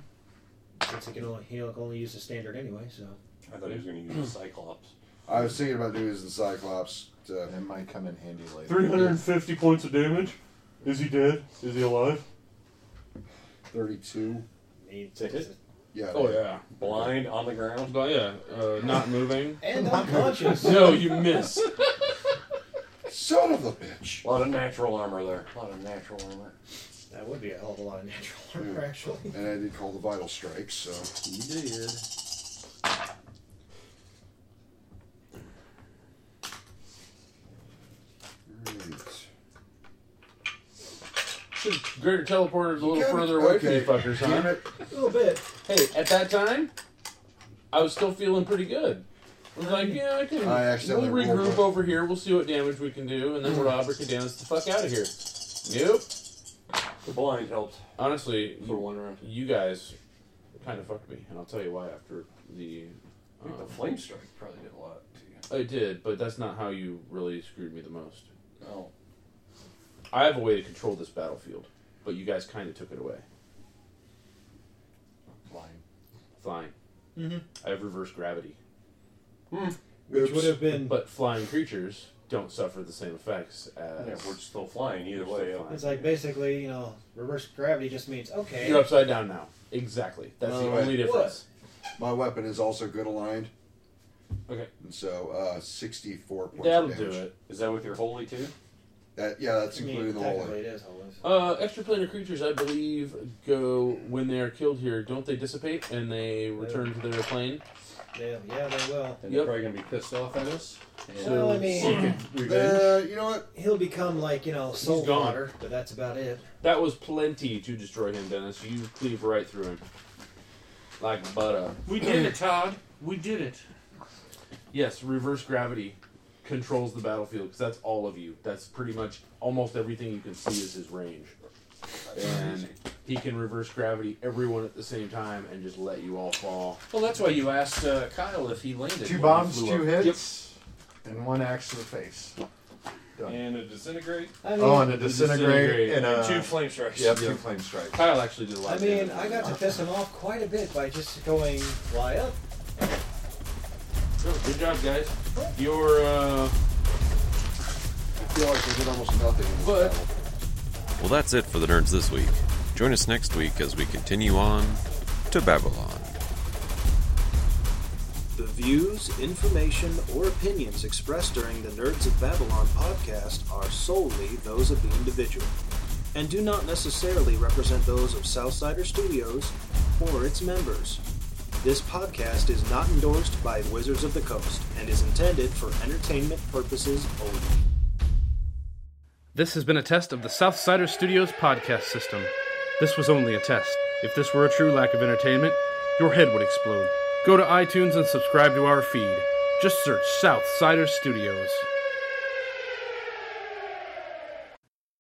Since he can only, he can only use the standard anyway, so.
I thought he was going to use the Cyclops.
I was thinking about doing this in Cyclops. To,
That might come in handy later.
350 points of damage. Is he dead? Is he alive?
32. Yeah.
Oh yeah.
Blind on the ground.
But yeah, uh, not moving.
And unconscious.
no, you missed.
Son of a bitch.
A lot of natural armor there. A lot of natural armor.
That would be a hell of a lot of natural armor, actually.
And I did call the vital strike, so.
You did.
Greater teleporter's a
You
little
got it.
further away from
Okay.
you fuckers, huh?
Damn it.
A little bit.
Hey, at that time, I was still feeling pretty good. I was like, yeah, I can.
I accidentally
we'll
rolled
regroup
my-
over here. We'll see what damage we can do, and then we'll robber can dance the fuck out of here. Nope.
The blind helped.
Honestly,
For
you-
one round.
you guys kind of fucked me, and I'll tell you why after the.
I think
um,
the flame strike probably did a lot to you.
I did, but that's not how you really screwed me the most.
No.
I have a way to control this battlefield, but you guys kind of took it away.
Flying.
Flying.
Mhm.
I have reverse gravity.
Which would have been.
But flying creatures don't suffer the same effects as.
Yeah, we're still flying either
We're
way,
still
yeah.
flying.
It's like basically, you know, reverse gravity just means okay.
You're upside down now. Exactly. That's the
Right.
only difference.
My weapon is also good aligned,
Okay.
and so uh, 64 points
That'll
of
do
damage.
it.
Is that with your holy too?
That, yeah,
I
that's
mean,
including the
technically
holy.
it is holy.
Uh, extraplanar creatures, I believe, go when they are killed here. Don't they dissipate and they return to their plane?
Yeah, yeah, they will.
And
Yep.
they're probably gonna be pissed off at us.
Well, I mean-
seeking revenge.
Uh, you know what?
He'll become like you know soul
gone.
water, but that's about it.
That was plenty to destroy him, Dennis. You cleave right through him, like butter.
We did it, Todd. We did it.
Yes, reverse gravity controls the battlefield because that's all of you. That's pretty much almost everything you can see is his range. And he can reverse gravity everyone at the same time and just let you all fall.
Well, that's why you asked uh, Kyle if he landed.
Two
when he
bombs,
flew
two
up.
hits, and one axe to the face.
And a disintegrate.
Uh,
I mean,
Oh, and a disintegrate,
disintegrate
and a.
Two flame strikes.
Yep, two flame strikes.
Kyle actually did a lot.
I
of
mean,
damage.
I got to piss him off quite a bit by just going fly up.
Good job, guys. Your uh,
I feel like I did almost nothing in this
But-
battle.
Well, that's it for the nerds this week. Join us next week as we continue on to Babylon.
The views, information, or opinions expressed during the Nerds of Babylon podcast are solely those of the individual and do not necessarily represent those of Southsider Studios or its members. This podcast is not endorsed by Wizards of the Coast and is intended for entertainment purposes only.
This has been a test of the Southsider Studios podcast system. This was only a test. If this were a true lack of entertainment, your head would explode. Go to iTunes and subscribe to our feed. Just search Southsider Studios.